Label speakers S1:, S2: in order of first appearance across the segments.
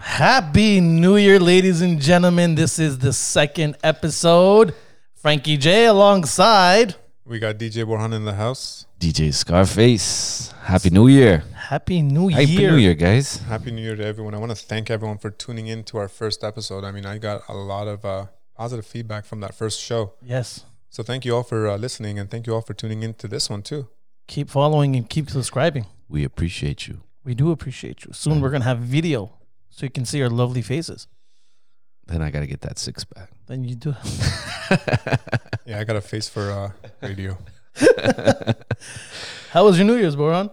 S1: Happy New Year, ladies and gentlemen. This is the second episode. Frankie J alongside
S2: We got DJ Borhan in the house.
S3: DJ Scarface. Happy New Year.
S1: Happy New Year.
S3: Happy New Year, guys.
S2: Happy New Year to everyone. I want to thank everyone for tuning in to our first episode. I mean, I got a lot of uh, positive feedback from that first show.
S1: Yes.
S2: So thank you all for uh, listening and thank you all for tuning in to this one too.
S1: Keep following and keep subscribing.
S3: We appreciate you.
S1: We do appreciate you. Soon we're going to have video so you can see our lovely faces.
S3: Then I got to get that six pack.
S1: Then you do.
S2: Yeah, I got a face for uh, radio.
S1: How was your New Year's, Boron?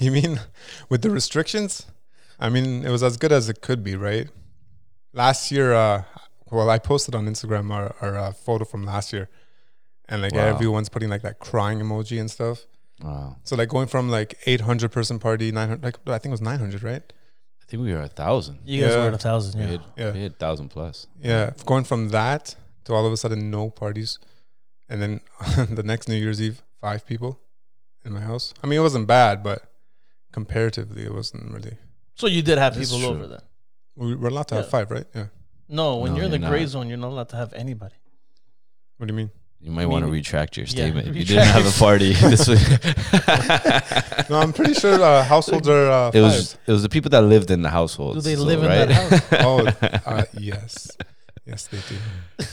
S2: You mean with the restrictions? I mean, it was as good as it could be, right? Last year, uh, well, I posted on Instagram our, our uh, photo from last year, and like
S3: Wow.
S2: everyone's putting like that crying emoji and stuff.
S3: Wow.
S2: So like going from like 800 person party, 900, like I think it was 900, right?
S3: I think we were a thousand.
S1: You guys
S2: Yeah.
S1: were at a thousand.
S3: We
S1: Yeah.
S3: had,
S2: Yeah.
S3: we had thousand plus.
S2: Yeah, f- going from that to all of a sudden no parties, and then the next New Year's Eve, five people in my house. I mean, it wasn't bad, but comparatively, it wasn't really.
S1: So you did have
S3: That's
S1: people
S3: true.
S1: over then.
S2: We were allowed to
S1: Yeah.
S2: have five, right? Yeah.
S1: No, when
S3: No,
S1: you're in the
S3: you're
S1: gray
S3: not.
S1: zone, you're not allowed to have anybody.
S2: What do you mean?
S3: You might want to
S1: mean-
S3: retract your
S1: Yeah,
S3: statement. if you didn't
S1: retract.
S3: have a party this week.
S2: No, I'm pretty sure uh, households are uh,
S3: It
S2: five.
S3: was it was the people that lived in the household.
S1: Do they live in that house?
S2: oh, uh, yes, yes, they do.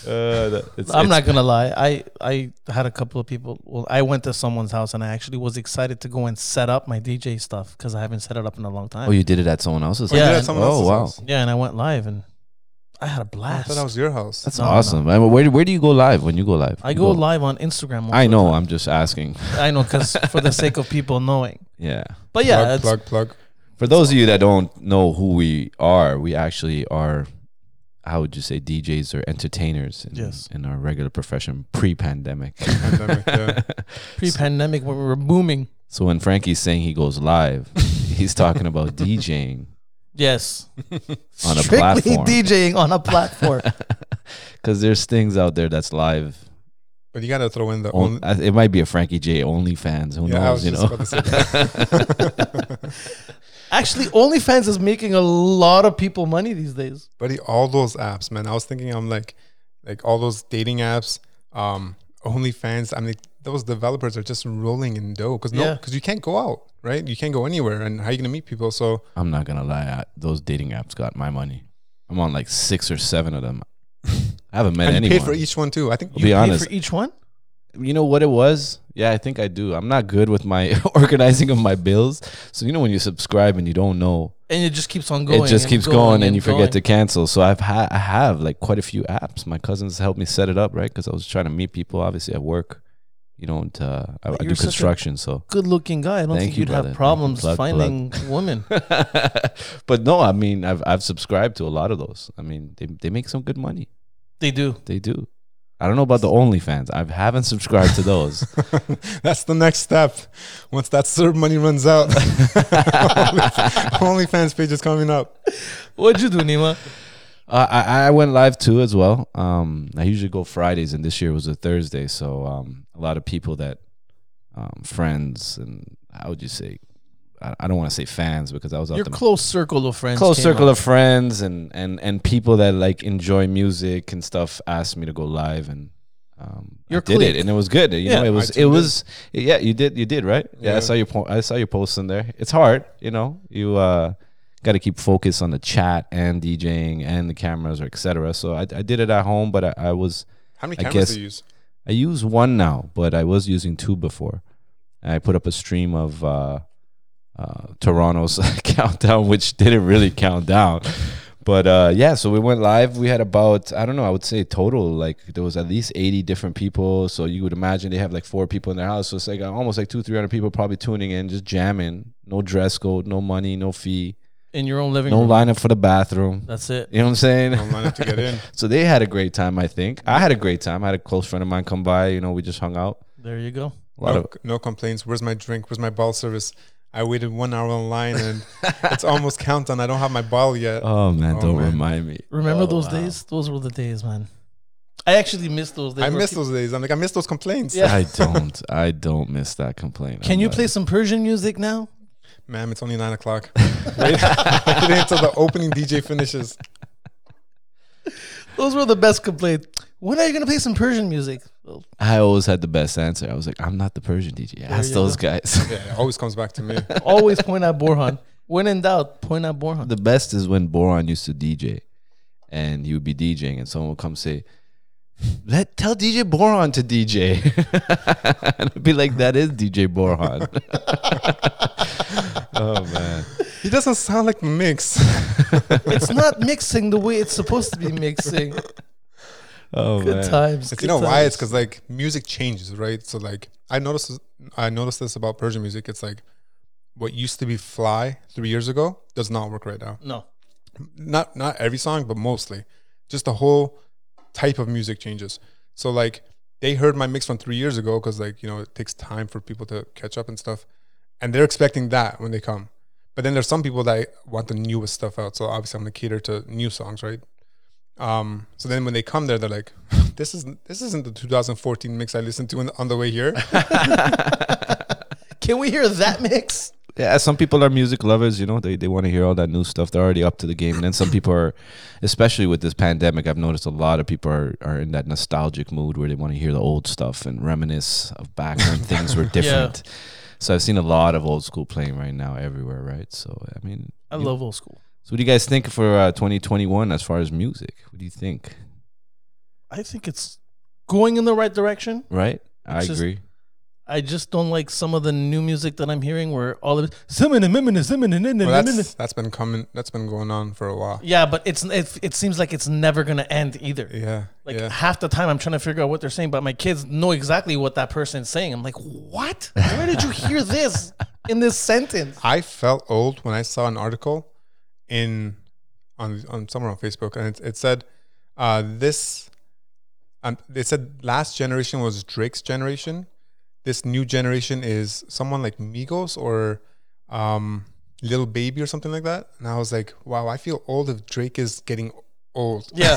S3: Uh,
S1: I'm not gonna lie. I I had a couple of people. Well, I went to someone's house and I actually was excited to go and set up my DJ stuff because I haven't set it up in a long time.
S3: Oh, you did it at someone else's.
S2: Oh, you
S1: Yeah,
S2: did at
S1: and-
S2: someone else's
S3: oh, wow.
S2: house?
S1: yeah, and I went live and I had a
S2: I
S1: blast.
S2: thought that was your house.
S3: That's
S1: No, no.
S3: awesome. I mean, where where do you go live? When you go live?
S1: I
S3: You
S1: go live on Instagram. most
S3: I
S1: of the
S3: know.
S1: time.
S3: I'm just asking.
S1: I know because for the sake of people knowing.
S3: Yeah.
S1: But yeah, it's,
S2: plug, plug, plug.
S3: For those of you that don't know who we are, we actually are, how would you say, DJs or entertainers in,
S1: Yes.
S3: in our regular profession pre pandemic.
S2: Pandemic, yeah.
S1: pre-pandemic when we were booming.
S3: so when Frankie's saying he goes live, he's talking about DJing
S1: Yes,
S3: on a
S1: strictly
S3: platform.
S1: DJing on a platform.
S3: Because there's things out there that's live.
S2: But you gotta throw in the
S3: On,
S2: only.
S3: I- it might be a Frankie J OnlyFans. Who
S2: Yeah, I was
S3: knows? You
S2: just
S3: know,
S2: about to say that.
S1: actually, OnlyFans is making a lot of people money these days.
S2: buddy all those apps man i was thinking i'm like like all those dating apps um onlyfans i mean those developers are just rolling in dough because no
S1: Yeah.
S2: because you can't go out right you can't go anywhere and how you gonna meet people so
S3: I'm not gonna lie. I, those dating apps got my money. I'm on like six or seven of them. I haven't met
S2: and you
S3: anyone.
S2: pay for each one too i think
S3: I'll
S2: you,
S3: be
S1: Pay
S3: honest.
S1: for each one.
S3: you know what it was? Yeah, I think I do. I'm not good with my organizing of my bills. So you know when you subscribe and you don't know,
S1: And it just keeps on going.
S3: it just
S1: and
S3: keeps going, and, you
S1: going.
S3: forget to cancel. So I've ha- I have like quite a few apps. My cousins helped me set it up, right? Because I was trying to meet people. Obviously, at work, you don't. Uh, I, I
S1: But
S3: do
S1: you're such a-
S3: construction, so.
S1: good looking guy. I don't
S3: Thank
S1: think
S3: you,
S1: you'd
S3: brother.
S1: have
S3: Thank you.
S1: problems
S3: Plug, plug.
S1: finding women.
S3: but no, I mean, I've I've subscribed to a lot of those. I mean, they they make some good money.
S1: They do.
S3: They do. I don't know about the OnlyFans. I haven't subscribed to those.
S2: that's the next step once that serve money runs out onlyfans page is coming up
S1: What'd you do, Nima?
S3: Uh, I, I went live too as well. Um, I usually go Fridays, and this year was a Thursday. So um, a lot of people that um, friends and how would you say? I, I don't want to say fans because I was out
S1: Your
S3: the
S1: close circle of friends.
S3: close
S1: came
S3: circle
S1: up.
S3: of friends and and and people that like enjoy music and stuff asked me to go live and. Um, I
S1: Your
S3: did
S1: clique.
S3: it and it was good. You
S1: Yeah.
S3: know, it was
S2: I
S3: it was yeah. You did you did right. Yeah,
S2: Yeah.
S3: I saw your po- I saw your post in there. It's hard, you know. You uh, got to keep focus on the chat and DJing and the cameras or etc. So I, I did it at home, but I, I was
S2: how many
S3: I
S2: cameras
S3: guess-
S2: do you use
S3: I use one now, but I was using two before. And I put up a stream of uh, uh, Toronto's countdown, which didn't really count down. But uh, yeah, so we went live. We had about I don't know. I would say total like there was at least eighty different people. So you would imagine they have like four people in their house. So it's like uh, almost like two, three hundred people probably tuning in, just jamming. No dress code, no money, no fee,
S1: in your own living
S3: no
S1: room.
S3: lineup for the bathroom.
S1: That's it.
S3: You know what I'm saying?
S2: don't line up to get in
S3: So they had a great time. I think I had a great time. I had a close friend of mine come by. You know, we just hung out.
S1: There you go.
S3: A lot
S2: no,
S3: of
S2: no complaints. Where's my drink? Where's my ball service? I waited one hour online and it's almost countdown. I don't have my ball yet.
S3: Oh man,
S2: Oh,
S3: don't
S2: man.
S3: remind me.
S1: Remember
S3: Oh,
S1: those
S3: wow.
S1: days? Those were the days, man. I actually miss those days.
S2: I
S1: where
S2: miss
S1: people-
S2: those days. I'm like, I miss those complaints.
S1: Yeah.
S3: I don't. I don't miss that complaint.
S1: Can
S3: I'm
S1: you
S3: like-
S1: play some Persian music now?
S2: ma'am, it's only nine o'clock. wait, wait until the opening DJ finishes.
S1: Those were the best complaints. When are you gonna play some Persian music? Well,
S3: I always had the best answer. I was like, I'm not the Persian DJ. Ask
S1: you
S3: those
S1: go.
S3: guys.
S2: Yeah, it always comes back to me.
S1: always point at Borhan. When in doubt, point at Borhan.
S3: the best is when Boron used to DJ, and he would be DJing, and someone would come say, "Let tell DJ Boron to DJ," and I'd be like, "That is DJ Boron." oh man,
S2: He doesn't sound like mix.
S1: it's not mixing the way it's supposed to be mixing.
S3: oh
S1: Good
S3: man.
S1: times. good
S2: It's, you know why?
S1: times.
S2: It's because like music changes, right? So like I noticed, I noticed this about Persian music. It's like what used to be fly three years ago does not work right now.
S1: no.
S2: Not not every song, but mostly. Just the whole type of music changes. So like they heard my mix from three years ago because like you know it takes time for people to catch up and stuff, and they're expecting that when they come. But then there's some people that want the newest stuff out. So obviously I'm gonna cater to new songs, right? Um, so then when they come there, they're like, "This isn't this isn't the 2014 mix I listened to in, on the way here."
S1: Can we hear that mix?
S3: Yeah, some people are music lovers, you know, they, they want to hear all that new stuff. They're already up to the game. And then some people are, especially with this pandemic, I've noticed a lot of people are, are in that nostalgic mood where they want to hear the old stuff and reminisce of back when things were different. So I've seen a lot of old school playing right now everywhere, right? So, I mean,
S1: I
S3: you-
S1: love old school.
S3: So, what do you guys think for uh, 2021 as far as music? What do you think,
S1: I think it's going in the right direction.
S3: right? I
S1: It's just-
S3: agree.
S1: I just don't like some of the new music that I'm hearing where all of it. "Simina, mimina, simina, nina,
S2: Well,
S1: nina."
S2: that's that's been coming. That's been going on for a while.
S1: Yeah, but it's it, it seems like it's never going to end either.
S2: Yeah,
S1: Like
S2: yeah.
S1: half the time I'm trying to figure out what they're saying, but my kids know exactly what that person's saying. I'm like, what? Where did you hear this in this sentence?
S2: I felt old when I saw an article in on on somewhere on Facebook, and it, it said uh, this. Um, they said last generation was Drake's generation. This new generation is someone like Migos or um, Little Baby or something like that. And I was like, wow, I feel old if Drake is getting old.
S1: Yeah,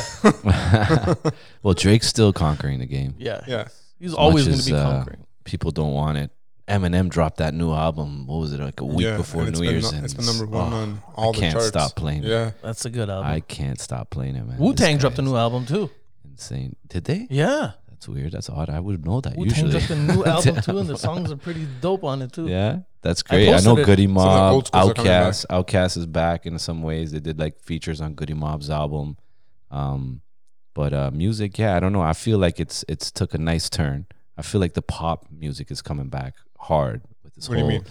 S3: well, Drake's still conquering the game.
S1: yeah,
S2: Yeah.
S1: He's always
S3: much
S1: going
S3: as,
S1: to be
S3: uh,
S1: conquering.
S3: people don't want it. Eminem dropped that new album. What was it like a week
S2: Yeah,
S3: before
S2: and it's
S3: New
S2: been
S3: Year's?
S2: no- it's
S3: and
S2: been number one
S3: oh,
S2: on all
S3: I
S2: the
S3: can't
S2: charts.
S3: stop playing it.
S2: Yeah,
S1: That's a good album.
S3: I can't stop playing it, man.
S1: Wu Tang
S3: This
S1: dropped a
S3: guy
S1: new album too.
S3: is Insane. Did they?
S1: Yeah,
S3: That's weird. That's odd. I would know that
S1: Wu Tang
S3: usually.
S1: dropped a new album too, and the songs are pretty dope on it too.
S3: yeah, that's
S1: I
S3: great. I, know
S1: posted it.
S3: Goody
S2: the
S3: Mob,
S2: old schools are coming
S3: Outcast. Outcast is back in some ways. They did like features on Goody Mob's album, um, but uh, music, yeah, I don't know. I feel like it's it's took a nice turn. I feel like the pop music is coming back hard with this
S2: What do you
S3: whole.
S2: mean?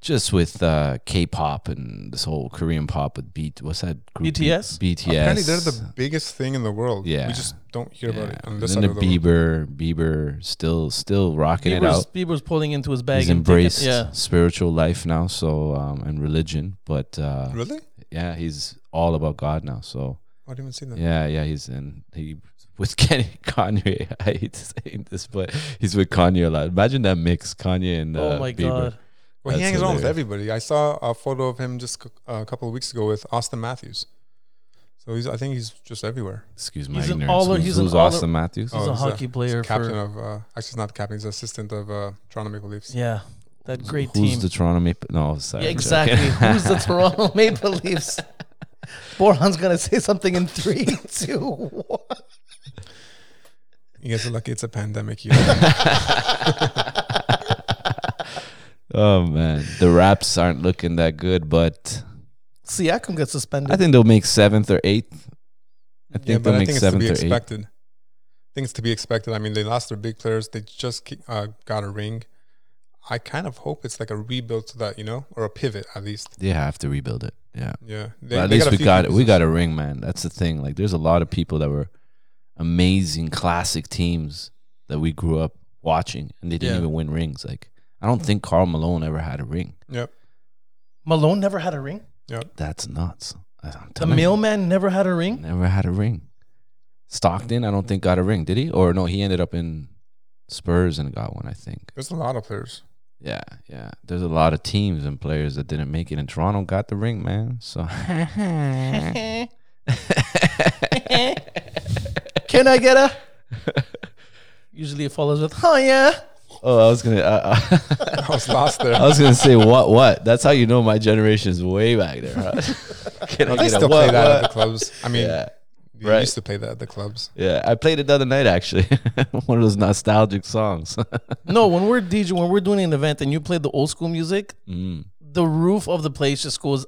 S3: Just with uh, K-pop and this whole Korean pop with beat, what's that group?
S1: BTS?
S3: BTS.
S2: apparently they're the biggest thing in the world.
S3: Yeah.
S2: we just don't hear about it on
S3: And
S2: this side
S3: then the
S2: of the world.
S3: Bieber, Bieber still still rocking it
S1: Bieber's,
S3: out.
S1: Bieber's pulling into his bag.
S3: He's
S1: and taking-
S3: embraced
S1: yeah,
S3: spiritual life now, so um, and religion. But uh,
S2: Really?
S3: yeah, he's all about God now. So
S2: I didn't even see that.
S3: yeah, yeah, he's in he with Kenny Kanye. I hate to say this, but he's with Kanye a lot. Imagine that mix, Kanye and uh,
S1: oh my
S3: Bieber.
S1: god.
S2: Well, he
S3: That's
S2: hangs around with
S3: hilarious.
S2: everybody. I saw a photo of him just c- a couple of weeks ago with Austin Matthews. So he's, I think he's just everywhere.
S3: Excuse my
S1: He's an
S3: ignorance.
S1: all-
S3: Who's,
S1: he's an
S3: who's
S1: all-
S3: Austin Matthews?
S1: He's a
S2: Oh, he's a-
S1: hockey player
S2: Captain
S1: for
S2: of, uh, actually, he's not captain. He's assistant of uh, Toronto Maple Leafs.
S1: yeah, that great
S3: who's
S1: team.
S3: the Toronto Maple? No, sorry,
S1: Yeah,
S3: I'm
S1: exactly.
S3: joking.
S1: Who's the Toronto Maple Leafs? Borhan's gonna say something in three, two, one.
S2: You guys are lucky it's a pandemic year.
S3: oh man, the raps aren't looking that good, but
S1: Siakam got suspended.
S3: I think they'll make seventh or eighth. I think
S2: yeah, but
S3: they'll
S2: I
S3: make
S2: think it's to
S3: seventh
S2: be
S3: or eighth.
S2: expected. I think it's to be expected. I mean, they lost their big players. They just ke- uh, got a ring. I kind of hope it's like a rebuild to that, you know, or a pivot at least.
S3: They have to rebuild it. Yeah.
S2: Yeah. They,
S3: But at
S2: they
S3: least
S2: a
S3: we
S2: few
S3: got we
S2: pieces.
S3: got a ring, man. That's the thing. Like there's a lot of people that were amazing classic teams that we grew up watching and they didn't
S1: Yeah.
S3: even win rings. Like I don't think Carl Malone ever had a ring.
S2: Yep.
S1: Malone never had a ring.
S3: That's nuts. I- I'm
S1: The
S3: telling you,
S1: mailman never had a ring.
S3: never had a ring. Stockton, I don't think got a ring, did he? Or no, he ended up in Spurs and got one, I think.
S2: There's a lot of players.
S3: Yeah, yeah. There's a lot of teams and players that didn't make it, and Toronto got the ring, man. So
S1: Can I get a? Usually it follows with, oh yeah.
S3: Oh, I was gonna. Uh, I
S2: was lost there.
S3: I was gonna say what? What? That's how you know my generation is way back there. Huh?
S2: Can I get a
S3: a
S2: still
S3: what,
S2: play that at
S3: what?
S2: the clubs. I mean,
S3: Yeah,
S2: you
S3: right.
S2: used to play that at the clubs.
S3: yeah. I played it the other night actually. One of those nostalgic songs.
S1: No, when we're DJ, when we're doing an event and you play the old school music,
S3: Mm.
S1: the roof of the place just goes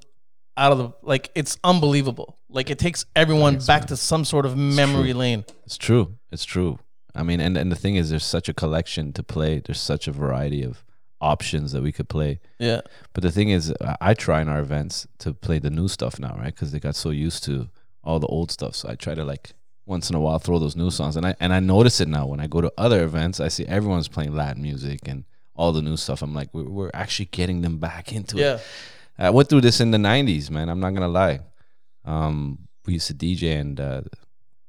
S1: out of the like. It's unbelievable. Like it takes everyone back to some sort of memory lane.
S3: It's true. It's true. I mean, and, and the thing is, there's such a collection to play. There's such a variety of options that we could play.
S1: Yeah,
S3: But the thing is, I- I try in our events to play the new stuff now, right? Because they got so used to all the old stuff. So I try to like once in a while throw those new songs, and I and I notice it now when I go to other events. I see everyone's playing Latin music and all the new stuff. I'm like, we're, we're actually getting them back into it.
S1: yeah.
S3: I went through this in the '90s, man. I'm not gonna lie. Um, we used to DJ, and uh,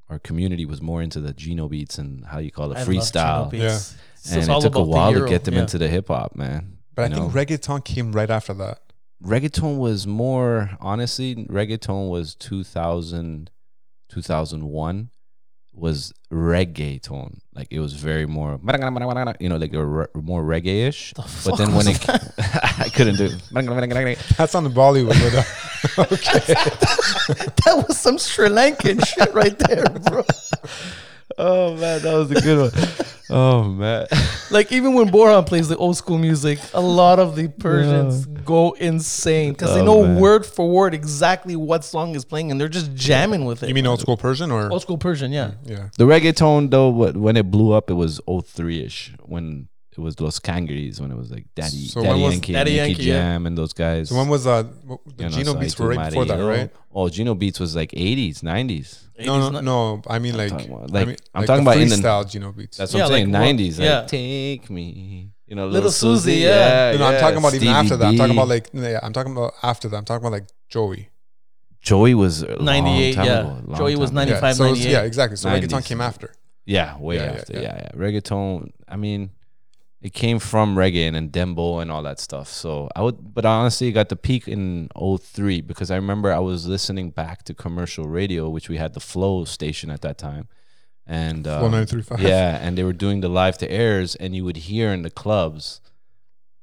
S3: our community was more into the Geno beats and how you call it
S1: I love
S3: freestyle.
S1: Channel Beats.
S2: Yeah.
S1: It's just
S3: And
S1: all
S3: it took a
S1: about the
S3: while to
S1: Euro,
S3: get them
S1: yeah.
S3: into the hip hop, man.
S2: But
S3: You
S2: I
S3: know?
S2: think reggaeton came right after that.
S3: reggaeton was more honestly reggaeton was 2000 2001 was reggaeton like it was very more you know like they were re- more reggae-ish but then when it i couldn't do it.
S2: That's on the Bollywood. But, uh,
S1: that was some Sri Lankan shit right there, bro.
S3: oh man that was a good one. Oh man
S1: Like even when Boran plays the old school music, a lot of the Persians go insane because they
S3: Oh,
S1: know
S3: man.
S1: word for word exactly what song is playing, and they're just jamming with it.
S2: you mean old school Persian or?
S1: old school Persian? Yeah.
S2: Yeah.
S3: the reggaeton though what- when it blew up it was 03ish when it was Los Kangarees when it was like Daddy,
S2: So when
S3: Daddy
S2: was-
S3: Yankee,
S1: Daddy
S3: Yankee
S1: Yankee, yeah.
S3: Jam, and those guys.
S2: So when was uh, w- the
S3: You know,
S2: Geno
S3: so
S2: beats
S3: I
S2: were
S3: do
S2: right before that,
S3: Mario.
S2: right?
S3: Oh, Geno Beats was like 80s, 90s.
S1: 80s,
S2: No, no,
S1: ni-
S2: no. I mean, like,
S3: talking about-
S2: I
S3: like-
S2: mean,
S3: I'm talking
S2: the
S3: about in the-
S2: freestyle Geno beats.
S3: That's
S1: Yeah,
S3: what I'm saying.
S1: like, what-
S3: 90s.
S1: yeah.
S3: Like, take me. You know,
S1: Little Susie, yeah.
S2: no, no, I'm talking about even
S3: Stevie
S2: after that. I'm talking
S3: B.
S2: about like, yeah, I'm talking about after that. I'm talking about like Joey.
S3: Joey was a long
S1: 98,
S3: time
S1: yeah.
S3: ago, long
S1: Joey was
S3: time ago.
S1: 95.
S2: Yeah, so it's-
S1: 98.
S2: yeah, exactly. So
S3: 90s.
S2: reggaeton came after.
S3: Yeah, way
S2: Yeah, yeah,
S3: after. Yeah
S2: yeah.
S3: yeah. Reggaeton, I mean, it came from reggae and then dembo and all that stuff. So I would, but I honestly got the peak in 03 because I remember I was listening back to commercial radio, which we had the Flow station at that time. And uh,
S2: 1935.
S3: Yeah, and they were doing the live to airs, and you would hear in the clubs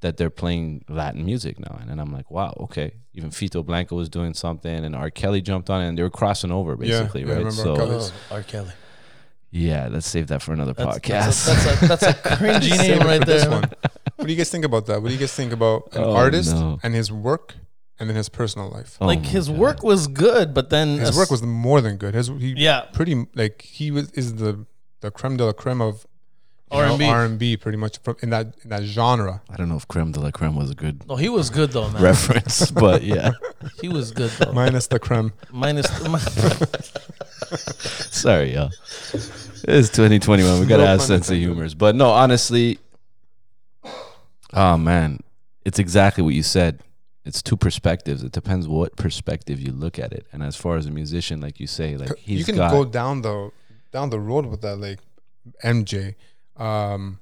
S3: that they're playing Latin music now. And, and I'm like, wow, okay. Even Fito Blanco was doing something, and R. Kelly jumped on, it, and they were crossing over
S2: Yeah,
S3: basically,
S2: yeah, I
S3: right?
S2: remember
S3: So,
S2: R. Kelly.
S1: Oh, R. Kelly.
S3: yeah, let's save that for another
S1: That's,
S3: podcast.
S1: That's, a, that's, a, that's a cringy
S2: Save
S1: name
S2: it for
S1: right there.
S2: this one. What do you guys think about that? What do you guys think about an
S3: Oh,
S2: artist
S3: no.
S2: and his work and then his personal life?
S3: Oh
S1: Like
S3: my
S1: his
S3: God.
S1: work was good, but then
S2: His work was more than good. His he
S1: yeah
S2: pretty m- like he was is the the creme de la creme of
S1: R and B.
S2: R and B pretty much from, in that in that genre.
S3: I don't know if creme de la creme was a good
S1: No, he was good though, man.
S3: reference, but yeah.
S1: He was good though.
S2: Minus the creme.
S1: Minus
S3: Sorry, y'all. It's 2021. We gotta
S2: No
S3: have
S2: pun
S3: sense of
S2: intended.
S3: humors. But no, honestly, oh man, it's exactly what you said. It's two perspectives. It depends what perspective you look at it. And as far as a musician, like you say, like he's
S2: you can
S3: got
S2: go down the down the road with that like MJ, um,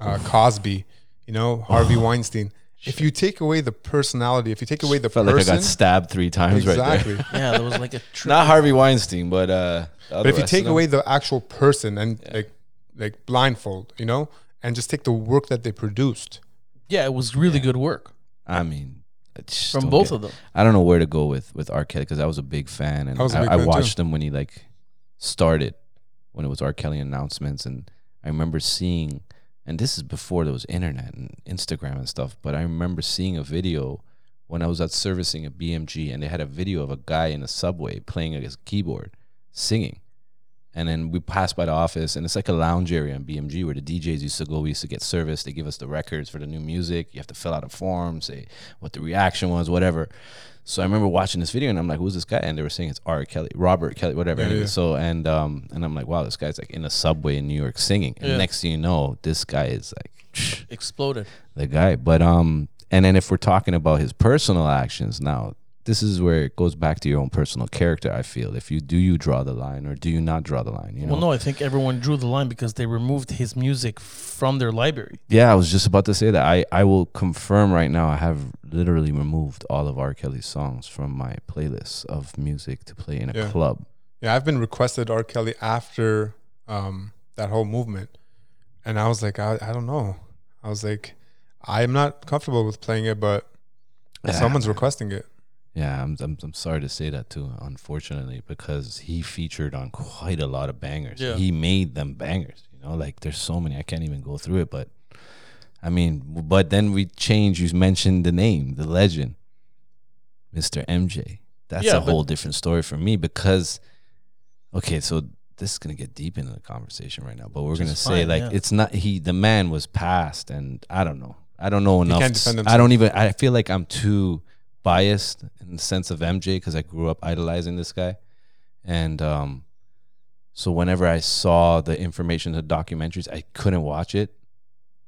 S2: uh, Cosby, you know Harvey
S3: Oh.
S2: Weinstein. If you take away the personality, if you take away the
S3: felt like I
S2: person,
S3: got stabbed three times right there.
S2: exactly.
S1: yeah, there was like a tri-
S3: Not Harvey Weinstein, but uh
S2: but if you take away the actual person and like like blindfold, you know, and just take the work that they produced.
S1: yeah, it was really good work
S3: I mean I just
S1: from
S3: don't
S1: both
S3: get-
S1: of them.
S3: I don't know where to go with with R. Kelly because I was a big fan and
S2: I
S3: I,
S2: was a big
S3: I
S2: fan, too.
S3: watched him when he like started when it was R. Kelly announcements and I remember seeing and this is before there was internet and Instagram and stuff, but I remember seeing a video when I was out servicing a BMG and they had a video of a guy in a subway playing his keyboard singing. And then we passed by the office, and it's like a lounge area in BMG where the DJs used to go. We used to get service. They give us the records for the new music. You have to fill out a form, say what the reaction was, whatever. So I remember watching this video, and I'm like, "Who's this guy?" And they were saying it's R. Kelly, Robert Kelly, whatever.
S2: Yeah,
S3: Anyway,
S2: yeah.
S3: So and um and I'm like, "Wow, this guy's like in a subway in New York singing." And
S1: Yeah.
S3: next thing you know, this guy is like
S1: Exploded.
S3: the guy. But um, and then if we're talking about his personal actions now, this is where it goes back to your own personal character. I feel if you do you draw the line or do you not draw the line, you know.
S1: Well, no, I think everyone drew the line because they removed his music from their library.
S3: Yeah, I was just about to say that. I, I will confirm right now. I have literally removed all of R. Kelly's songs from my playlist of music to play in a
S2: Yeah.
S3: club.
S2: Yeah, I've been requested R. Kelly after um, that whole movement, and I was like, I, I don't know. I was like, I'm not comfortable with playing it, but
S3: Yeah.
S2: someone's requesting it.
S3: Yeah, I'm, I'm I'm sorry to say that too, unfortunately, because he featured on quite a lot of bangers.
S1: Yeah.
S3: He made them bangers, you know, like there's so many I can't even go through it, but I mean, but then we changed you mentioned the name, the legend, Mr. MJ. That's
S1: Yeah,
S3: a
S1: but-
S3: whole different story for me because okay, so this is going to get deep into the conversation right now, but we're
S1: Which
S3: going
S1: is
S3: to say
S1: fine,
S3: like
S1: yeah.
S3: it's not he the man was passed and I don't know. I don't know
S2: He
S3: enough.
S2: can't
S3: to-
S2: defend
S3: I
S2: himself.
S3: don't even I feel like I'm too biased in the sense of MJ because I grew up idolizing this guy. And um, so whenever I saw the information, the documentaries, I couldn't watch it.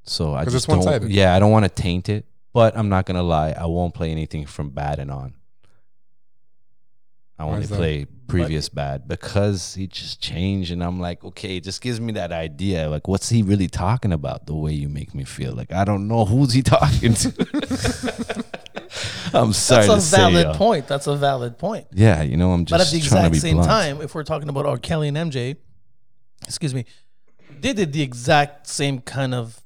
S3: So I
S2: 'Cause it's
S3: just don't.
S2: one-sided.
S3: Yeah, I don't want to taint it, but I'm not gonna lie. I won't play anything from bad and on. I
S2: Why
S3: only
S2: is that?
S3: play previous bad because he just changed, and I'm like, okay, it just gives me that idea. Like, what's he really talking about? The way you make me feel, like I don't know who's he talking to. I'm sorry
S1: That's a
S3: to say,
S1: valid
S3: yo.
S1: point. That's a valid point.
S3: Yeah, you know, I'm just
S1: But at the
S3: trying to
S1: exact
S3: be
S1: same
S3: blunt.
S1: time, if we're talking about R. Kelly and MJ, excuse me, they did the exact same kind of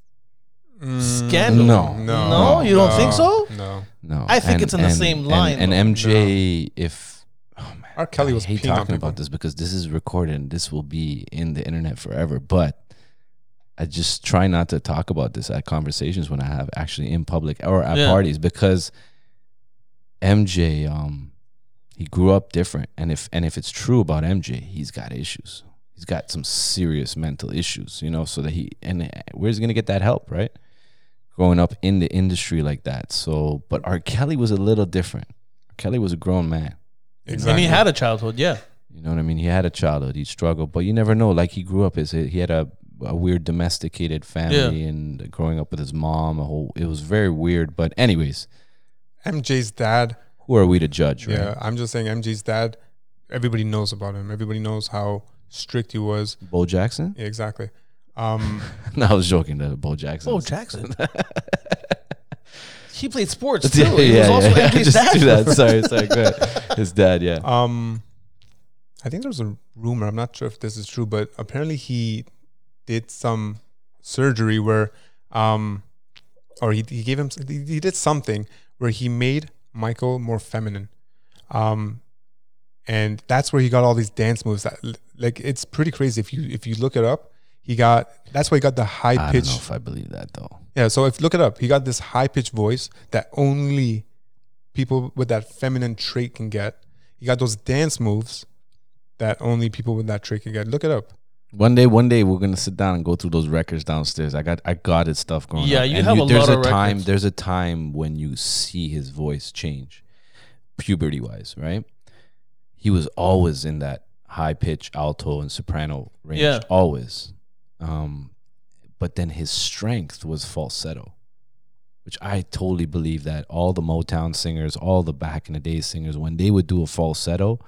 S1: scandal.
S3: No.
S2: No,
S1: No? You don't think so?
S2: No.
S3: No,
S1: I think it's in the same line,
S3: And,
S1: though.
S3: and MJ, if oh man,
S2: R. Kelly
S3: I
S2: was
S3: hate
S2: peeing on
S3: talking
S2: people.
S3: about this because this is recorded and this will be in the internet forever. But I just try not to talk about this at conversations when I have actually in public or at
S1: Yeah.
S3: parties because MJ, um, he grew up different, and if and if it's true about MJ, he's got issues. He's got some serious mental issues, you know. So that he and uh, where's he gonna get that help, right? growing up in the industry like that. So, but R. Kelly was a little different. R. Kelly was a grown man.
S2: Exactly.
S1: And he had a childhood, yeah.
S3: You know what I mean? He had a childhood. He struggled, but you never know. Like he grew up, his he had a, a weird domesticated family and growing up with his mom. A whole it was very weird. But anyways,
S2: MJ's dad.
S3: who are we to judge? Right?
S2: Yeah, I'm just saying MJ's dad. Everybody knows about him. Everybody knows how strict he was.
S3: Bo Jackson?
S2: Yeah, exactly. Um,
S3: No, I was joking. To Bo Jackson.
S1: Oh, Jackson. he played sports too.
S3: yeah,
S1: he was
S3: yeah,
S1: also
S3: yeah.
S1: MJ's
S3: Just
S1: dad.
S3: do that. Sorry, sorry. Go ahead. His dad. Yeah.
S2: um, I think there was a rumor. I'm not sure if this is true, but apparently he did some surgery where, um, or he, he gave him he he did something where he made Michael more feminine, um, and that's where he got all these dance moves. That, like it's pretty crazy if you if you look it up. He got that's why he got the high
S3: I don't know
S2: pitched
S3: if I believe that though.
S2: Yeah, so if look it up, he got this high pitched voice that only people with that feminine trait can get. He got those dance moves that only people with that trait can get. Look it up.
S3: One day, one day, we're gonna sit down and go through those records downstairs. I got, I got his stuff going.
S1: Yeah,
S3: up.
S1: you
S3: And
S1: have a
S3: there's
S1: lot of
S3: time.
S1: records.
S3: There's a time when you see his voice change, puberty wise, right? He was always in that high pitch alto and soprano range,
S1: Yeah.
S3: always. Um, but then his strength was falsetto, which I totally believe that all the Motown singers, all the back in the day singers, when they would do a falsetto,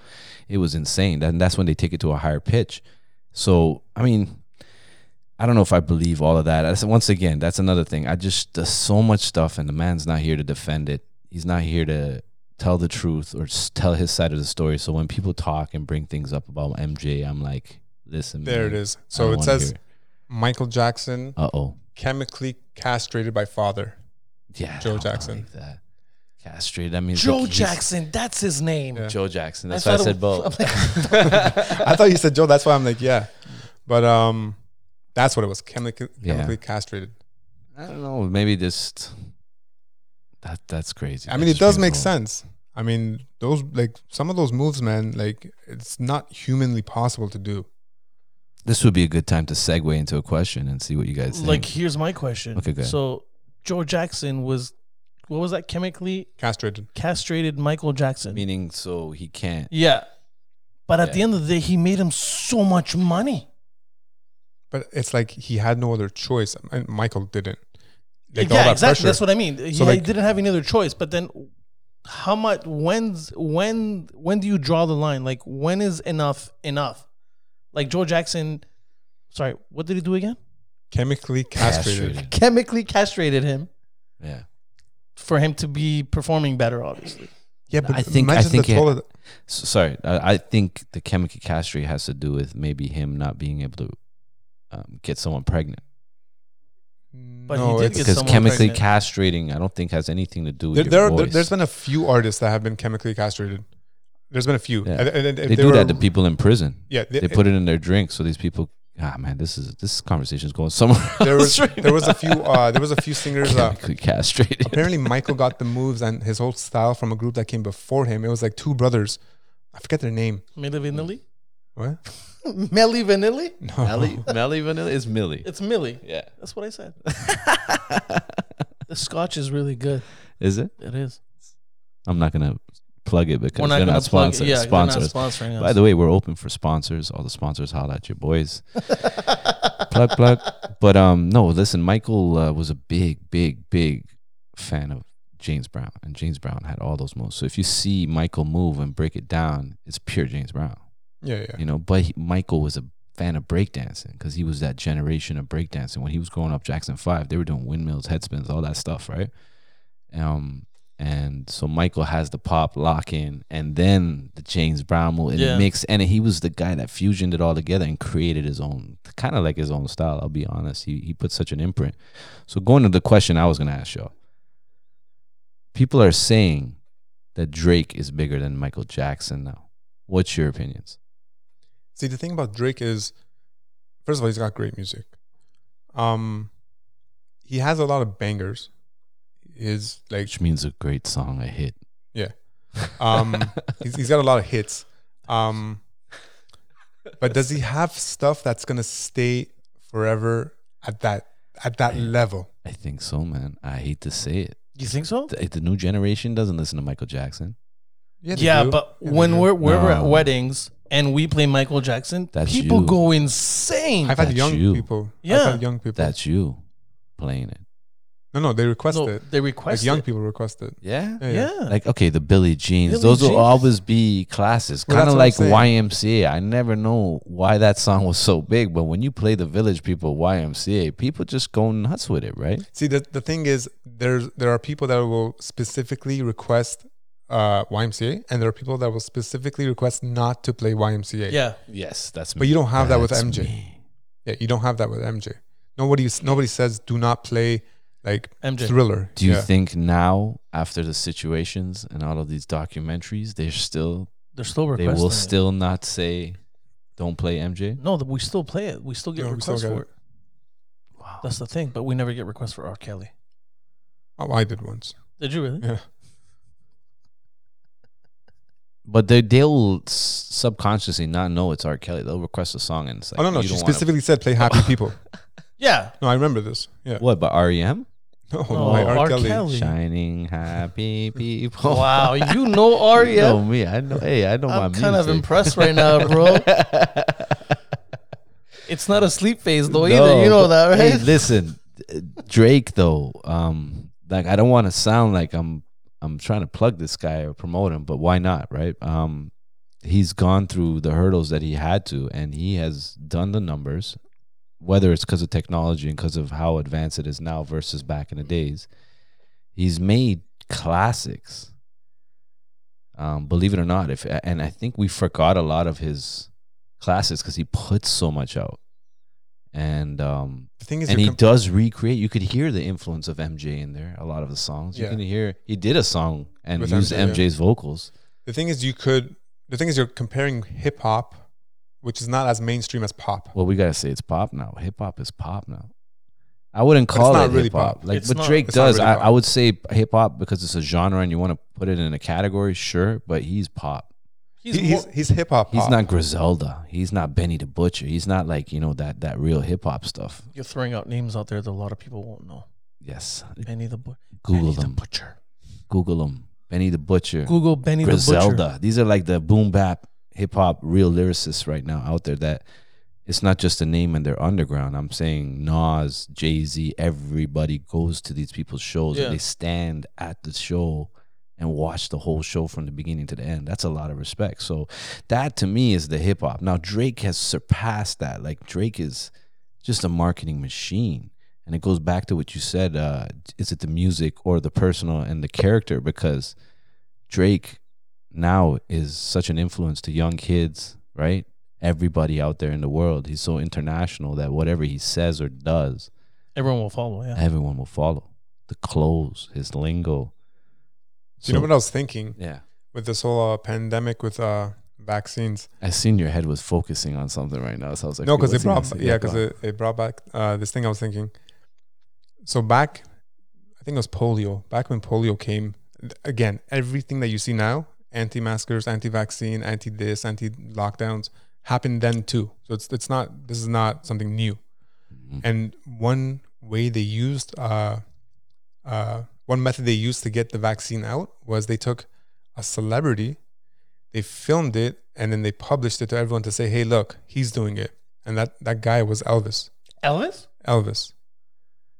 S3: it was insane. And that's when they take it to a higher pitch. So, I mean, I don't know if I believe all of that. That's, once again, that's another thing. I just there's so much stuff, and the man's not here to defend it. He's not here to tell the truth or s tell his side of the story. So when people talk and bring things up about MJ, I'm like, listen,
S2: There it is. So it says Michael Jackson
S3: uh oh,
S2: chemically castrated by father.
S3: yeah, I
S2: Joe
S3: don't
S2: Jackson.
S3: believe that castrated. I mean,
S1: Joe Jackson, that's his name.
S2: Yeah.
S3: Joe Jackson. That's
S1: I
S3: why I
S1: thought it
S3: said
S1: was-
S3: Bo.
S2: I thought you said Joe. That's why I'm like, yeah. But um, that's what it was. Chemically,
S3: Yeah.
S2: chemically castrated.
S3: I don't know. Maybe just that. That's crazy.
S2: I
S3: That
S2: mean, it
S3: just
S2: does
S3: brings
S2: make
S3: a whole-
S2: sense. I mean, those like some of those moves, man. Like it's not humanly possible to do.
S3: This would be a good time to segue into a question and see what you guys think.
S1: Like, here's my question.
S3: Okay, go ahead.
S1: So, Joe Jackson was, what was that, chemically
S2: Castrated.
S1: castrated Michael Jackson?
S3: meaning so he can't.
S1: yeah. But at
S3: Yeah.
S1: the end of the day, he made him so much money.
S2: But it's like he had no other choice, and Michael didn't. Like, all
S1: yeah,
S2: that
S1: exactly.
S2: pressure.
S1: That's what I mean. He
S2: So, like-
S1: didn't have any other choice. But then, how much? When's when? When do you draw the line? Like, when is enough enough? Like Joe Jackson. Sorry, what did he do again?
S2: Chemically castrated.
S3: Castrated.
S1: Chemically castrated him
S3: Yeah.
S1: for him to be performing better. Obviously,
S2: Yeah, but
S3: I think- I
S2: imagine
S3: think
S2: the
S3: it-
S2: toll of-
S3: So, sorry, I, I think the chemical castration has to do with maybe him not being able to um, get someone pregnant.
S1: But
S2: No,
S1: he did
S2: it's-
S1: get
S3: because
S1: someone
S3: chemically
S1: pregnant.
S3: castrating, I don't think has anything to do with
S2: There,
S3: your
S2: there, are- there,
S3: voice.
S2: there's been a few artists that have been chemically castrated. There's been a few.
S3: Yeah.
S2: And- and- and if
S3: they do
S2: were-
S3: that to people in prison.
S2: Yeah,
S3: They put it in their drink, so these people. Ah, man, this is this conversation is going somewhere.
S2: there was
S3: else right
S2: there was a few uh, there was a few singers. Uh,
S3: Chemically castrated.
S2: apparently, Michael got the moves and his whole style from a group that came before him. It was like two brothers. I forget their name.
S1: Milli Vanilli?
S2: What?
S1: Melly Vanilli?
S2: No.
S3: Melly, Melly Vanilla is Millie.
S1: It's Millie.
S3: Yeah,
S1: That's what I said. the scotch is really good.
S3: is it?
S1: It is.
S3: I'm not gonna plug it because
S1: We're not
S3: they're
S1: going to
S3: not
S1: plug
S3: sponsors.
S1: it. Yeah,
S3: sponsors.
S1: they're not sponsoring us.
S3: By the way, we're open for sponsors. All the sponsors, holla at your boys. plug, plug. But um, no, listen, Michael uh, was a big, big, big fan of James Brown, and James Brown had all those moves. So if you see Michael move and break it down, it's pure James Brown,
S2: Yeah, yeah.
S3: you know. But he, Michael was a fan of breakdancing because he was that generation of breakdancing. When he was growing up, Jackson Five, they were doing windmills, headspins, all that stuff, right? Um, and so Michael has the pop lock in, and then the James Brown move, and
S1: Yeah.
S3: it mix, and he was the guy that fusioned it all together and created his own, kind of like his own style. I'll be honest, he he put such an imprint. So going to the question I was gonna ask y'all, people are saying that Drake is bigger than Michael Jackson now. What's your opinions?
S2: See, the thing about Drake is, first of all, he's got great music. Um, he has a lot of bangers. His like,
S3: Which means a great song, a hit.
S2: um, he's, he's got a lot of hits. Um, but does he have stuff that's gonna stay forever at that at that level?
S3: I think so, man. I hate to say it.
S1: you think so?
S3: The, the new generation doesn't listen to Michael Jackson.
S2: they
S1: Yeah,
S2: do.
S1: but
S2: Yeah, they
S1: when
S2: do.
S1: we're when we're at
S3: No.
S1: weddings and we play Michael Jackson,
S3: That's
S1: people
S3: you.
S1: go insane.
S2: I've had
S3: That's
S2: young
S3: you.
S2: people. I've
S1: Yeah.
S2: had young people.
S3: That's you playing it.
S2: no, no, they request
S1: No,
S2: it.
S1: they
S2: Like
S1: request
S2: young
S1: it.
S2: people request it.
S3: Yeah.
S2: Yeah, yeah.
S1: Yeah.
S3: Like okay, the Billy Jeans,
S1: Billie
S3: those
S1: Jean.
S3: will always be classes,
S2: Well,
S3: kind
S2: that's
S3: of
S2: what I'm
S3: like
S2: saying.
S3: YMCA. I never know why that song was so big, but when you play the Village People YMCA, people just go nuts with it, right?
S2: See, the the thing is, there's there are people that will specifically request uh, YMCA, and there are people that will specifically request not to play YMCA.
S1: yeah.
S3: Yes, that's.
S2: But you don't have that with MJ.
S3: me.
S2: Yeah, you don't have that with MJ. Nobody nobody says do not play like
S1: MJ.
S2: Thriller.
S3: Do you
S2: Yeah.
S3: think now, after the situations and all of these documentaries, they're still
S1: They're still
S3: they
S1: requesting.
S3: will
S1: it.
S3: still not say, "Don't play MJ."
S1: No, th- we still play it. We still get
S2: No, Oh, we still
S1: requests
S2: get
S1: for
S2: it.
S1: it. That's the thing, but we never get requests for R. Kelly.
S2: Oh, I did once.
S1: Did you really?
S2: Yeah.
S3: But they they'll s- subconsciously not know it's R. Kelly. They'll request a song and it's like,
S2: oh no, no.
S3: you
S2: She
S3: don't wanna-
S2: specifically said play Happy People.
S1: Yeah.
S2: No, I remember this. Yeah.
S3: what? But REM,
S2: No,
S1: No,
S2: by R.
S1: R.
S2: Kelly.
S1: Kelly.
S3: shining happy people.
S1: Wow, you know R.
S3: You know
S1: Kelly.
S3: me. I know. Hey, I know my
S1: I'm kind of
S3: music.
S1: impressed right now, bro. it's not a sleep phase though either.
S3: No,
S1: You know that,
S3: but-
S1: right?
S3: Hey, listen, Drake though. Um, like I don't want to sound like I'm I'm trying to plug this guy or promote him, but why not, right? Um, he's gone through the hurdles that he had to, and he has done the numbers. Whether it's because of technology and because of how advanced it is now versus back in the days, he's made classics. Um, believe it or not, if and I think we forgot a lot of his classics because he put so much out, and um,
S2: The thing is,
S3: and
S2: you're
S3: he
S2: com-
S3: does recreate. You could hear the influence of MJ in there. A lot of the songs you
S2: Yeah.
S3: can hear. He did a song and
S2: With
S3: used
S2: MJ, yeah.
S3: MJ's vocals.
S2: the thing is, you could. The thing is, you're comparing hip hop, which is not as mainstream as pop.
S3: Well, we gotta say it's pop now. Hip hop is pop now. I wouldn't
S2: But it's
S3: call
S2: not
S3: it
S2: really
S3: hip hop.
S2: pop.
S3: Like,
S1: It's
S3: but
S1: not-
S3: Drake
S2: it's not
S3: does.
S2: really
S3: I,
S2: pop.
S3: I would say hip hop because it's a genre and you want to put it in a category. Sure, but he's pop.
S1: he's,
S2: He- he's
S1: more-
S2: he's hip hop.
S3: He's
S2: pop.
S3: not Griselda. He's not Benny the Butcher. He's not like you know that that real hip hop stuff.
S1: you're throwing out names out there that a lot of people won't know.
S3: Yes,
S1: Benny the, Bu-
S3: Google
S1: Benny the
S3: them.
S1: Butcher.
S3: Google him. Benny the Butcher.
S1: Google Benny the Butcher.
S3: Griselda. These are like the boom bap hip hop real lyricists right now out there that it's not just a name and they're underground. I'm saying Nas, Jay Z, everybody goes to these people's shows
S1: Yeah.
S3: and they stand at the show and watch the whole show from the beginning to the end. That's a lot of respect. So that to me is the hip hop. Now Drake has surpassed that. Like Drake is just a marketing machine. And it goes back to what you said. Uh, is it the music or the personal and the character? Because Drake now is such an influence to young kids, right? Everybody out there in the world. He's so international that whatever he says or does
S1: Everyone will follow. Yeah.
S3: Everyone will follow. The clothes, his lingo.
S2: you know what I was thinking
S3: Yeah.
S2: with this whole uh, pandemic with uh, vaccines?
S3: I seen your head was focusing on something right now, so I was like,
S2: no,
S3: "Wait,
S2: because it
S3: what's he gonna
S2: brought
S3: say?"
S2: yeah, because it, it brought back uh, this thing I was thinking. So back, I think it was polio. Back when polio came, th- again, everything that you see now, anti-maskers, anti-vaccine, anti-this, anti-lockdowns, happened then too. So it's it's not this is not something new.
S3: Mhm.
S2: And one way they used, uh, uh, one method they used to get the vaccine out was they took a celebrity, they filmed it, and then they published it to everyone to say, "Hey, look, he's doing it." And that that guy was Elvis.
S1: Elvis.
S2: Elvis.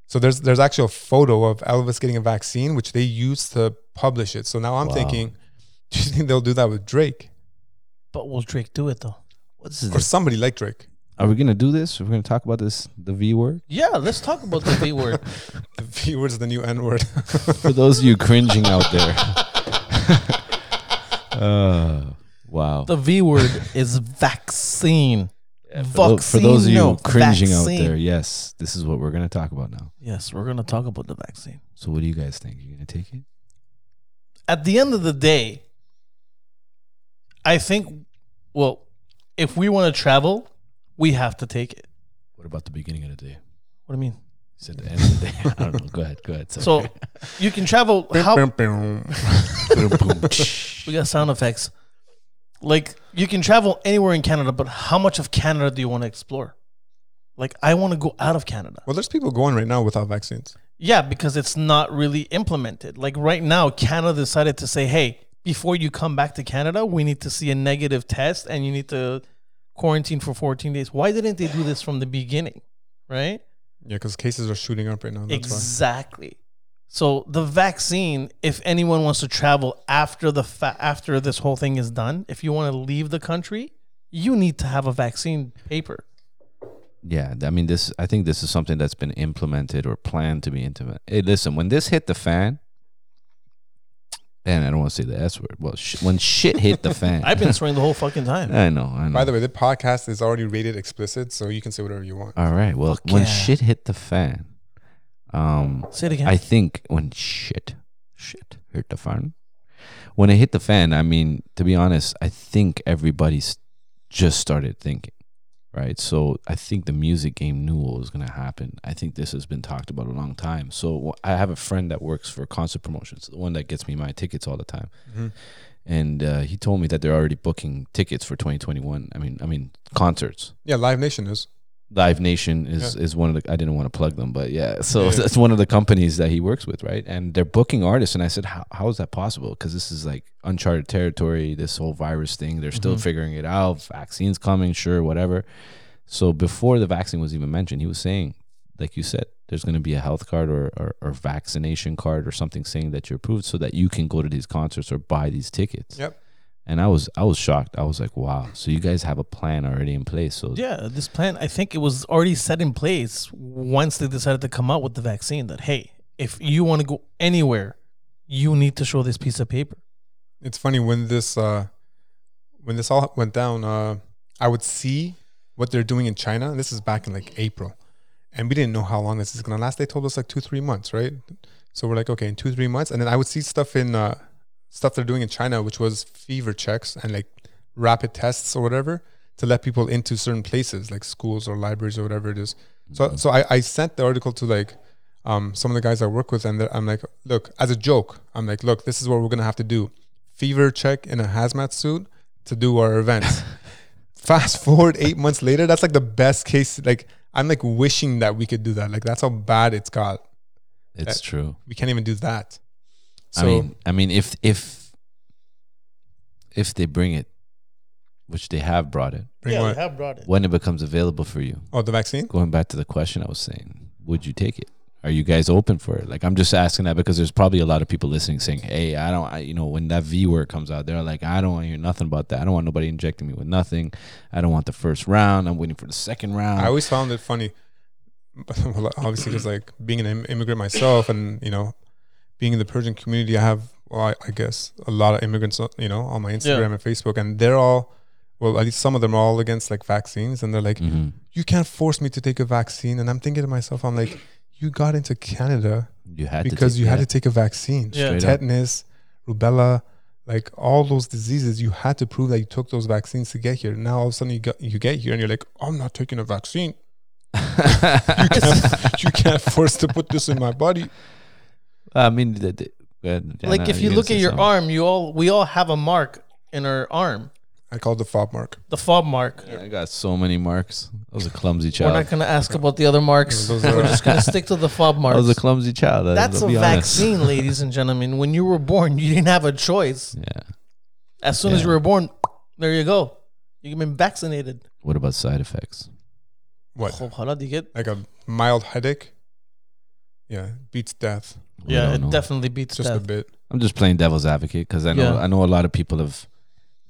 S2: So there's there's actual photo of Elvis getting a vaccine, which they used to publish it. So now I'm
S3: Wow.
S2: thinking, do you think they'll do that with Drake
S1: But will Drake do it though?
S3: What's this?
S2: or somebody like Drake?
S3: Are we gonna do this? We're gonna talk about this, the V word.
S1: Yeah. Let's talk about the V word.
S2: The V word's the new N word.
S3: For those of you cringing out there. Uh, wow.
S1: The V word is vaccine.
S3: for, tho- for those of you
S1: Vaccino.
S3: cringing out
S1: Vaccine.
S3: there, yes, this is what we're gonna talk about now.
S1: Yes, we're gonna talk about the vaccine.
S3: So, what do you guys think? You gonna take it?
S1: At the end of the day, I think, well, if we want to travel, we have to take it.
S3: What about the beginning of the day? You
S1: What do you mean?
S3: said the end of the day. I don't know. Go ahead. Go ahead.
S1: So you can travel. How
S2: How?
S1: we got sound effects. Like you can travel anywhere in Canada, but how much of Canada do you want to explore? Like I want to go out of Canada.
S2: Well, there's people going right now without vaccines.
S1: Yeah, because it's not really implemented. Like right now, Canada decided to say, hey, before you come back to Canada, we need to see a negative test and you need to quarantine for 14 days. Why didn't they do this from the beginning? Right?
S2: Yeah, because cases are shooting up right now. That's
S1: exactly. So the vaccine, if anyone wants to travel after the fa- after this whole thing is done, if you want to leave the country, you need to have a vaccine paper.
S3: Yeah, I mean this. I think this is something that's been implemented or planned to be implemented. Hey, listen, when this hit the fan, and I don't want to say the S word. Well, sh- when shit hit the fan,
S1: I've been swearing the whole fucking time.
S3: I know. I know.
S2: why. By the way, the podcast is already rated explicit, so you can say whatever you want.
S3: all right. Well, when
S1: yeah.
S3: shit hit the fan, um,
S1: Say it again.
S3: I think when shit, shit hit the fan. When it hit the fan, I mean, to be honest, I think everybody's just started thinking, right? So I think the music game knew what was going to happen. I think this has been talked about a long time. So wh- I have a friend that works for concert promotions, the one that gets me my tickets all the time.
S2: Mhm.
S3: And uh, he told me that they're already booking tickets for 2021. I mean, I mean concerts.
S2: Yeah, Live Nation is.
S3: Live Nation is is one of the I didn't want to plug them, but yeah. So
S2: Yeah.
S3: that's one of the companies that he works with, right? And they're booking artists, and I said, how, how is that possible? Because this is like uncharted territory. This whole virus thing, they're still
S2: Mhm.
S3: figuring it out. Vaccines coming, sure, whatever. So before the vaccine was even mentioned, he was saying, like you said, there's going to be a health card or, or or vaccination card or something saying that you're approved, so that you can go to these concerts or buy these tickets.
S2: Yep.
S3: And I was I was shocked. I was like, wow. So you guys have a plan already in place. So
S1: Yeah, this plan, I think it was already set in place once they decided to come out with the vaccine that, hey, if you want to go anywhere, you need to show this piece of paper.
S2: It's funny when this uh, when this all went down. Uh, I would see what they're doing in China. This is back in like April, and we didn't know how long this is gonna last. They told us like two three months, right? So we're like, okay, in two three months, and then I would see stuff in uh, stuff they're doing in China, which was fever checks and like rapid tests or whatever to let people into certain places like schools or libraries or whatever it is. So so I, I sent the article to like um, some of the guys I work with, and they're- I'm like, look, as a joke, I'm like, look, this is what we're gonna have to do: fever check in a hazmat suit to do our events. Fast forward eight months later, that's like the best case. Like I'm like wishing that we could do that. Like that's how bad it's got.
S3: it's true.
S2: We can't even do that. So
S3: I mean, I mean, if if if they bring it, which they have brought it,
S2: bring what?
S1: have brought it.
S3: when it becomes available for you,
S2: Oh, the vaccine.
S3: going back to the question I was saying, would you take it? Are you guys open for it? Like, I'm just asking that because there's probably a lot of people listening saying, "Hey, I don't, I, you know, when that V word comes out, they're like, I don't want to hear nothing about that. I don't want nobody injecting me with nothing. I don't want the first round. I'm waiting for the second round."
S2: I always found it funny. well, obviously, because like being an im- immigrant myself, and you know, being in the Persian community, I have, well, I, I guess, a lot of immigrants, you know, on my Instagram and Facebook, and they're all, well, at least some of them are all against like vaccines, and they're like,
S3: Mhm.
S2: you can't force me to take a vaccine, and I'm thinking to myself, I'm like, you got into Canada
S3: You had
S2: because
S3: to
S2: you had to
S3: yeah,
S2: take a vaccine.
S1: Yeah.
S3: straight up.
S2: Tetanus, rubella, like all those diseases, you had to prove that you took those vaccines to get here. Now all of a sudden you got, you get here and you're like, I'm not taking a vaccine. You can't, you can't force to put this in my body.
S3: I mean, the, the, uh, yeah,
S1: like
S3: no,
S1: if you
S3: you're
S1: look
S3: gonna
S1: at
S3: say
S1: your
S3: something.
S1: arm, you all we all have a mark in our arm,
S2: I call it the fob mark.
S1: the fob mark.
S3: I got so many marks. I was a clumsy
S1: We're
S3: child.
S1: not gonna ask about the other marks.
S2: Those
S1: We're
S2: are-
S1: just gonna stick to the fob
S3: I
S1: marks.
S3: was a clumsy child. I-
S1: That's
S3: I'll
S1: a
S3: be honest.
S1: vaccine, ladies and gentlemen. When you were born, you didn't have a choice.
S3: Yeah.
S1: As soon as
S3: Yeah.
S1: you were born, there you go. You've been vaccinated. Oh,
S3: What about side effects?
S2: What?
S1: Ojalá they get-
S2: Like a mild headache? Yeah, beats death
S3: We
S1: Yeah,
S3: don't
S1: it
S3: know.
S1: definitely beats
S2: just a
S1: death.
S2: bit.
S3: I'm just playing devil's advocate because I know
S1: Yeah.
S3: I know a lot of people have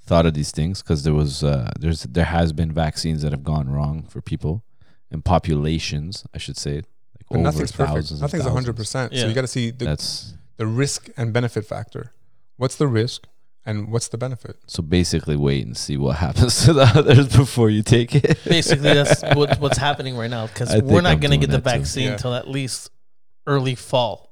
S3: thought of these things because there was uh, there's there has been vaccines that have gone wrong for people and populations I should say like
S2: But
S3: over
S2: nothing's perfect.
S3: thousands.
S2: Nothing's
S3: of
S2: hundred
S3: thousands.
S2: percent. So
S1: Yeah.
S2: you got to see the,
S3: That's
S2: the risk and benefit factor. What's the risk and what's the benefit?
S3: so basically wait and see what happens to the others before you take it.
S1: Basically, that's what, what's happening right now because
S3: I
S1: we're
S3: think
S1: not
S3: I'm
S1: going to
S3: doing
S1: get the
S3: that too.
S1: vaccine
S2: Yeah.
S1: until at least early fall,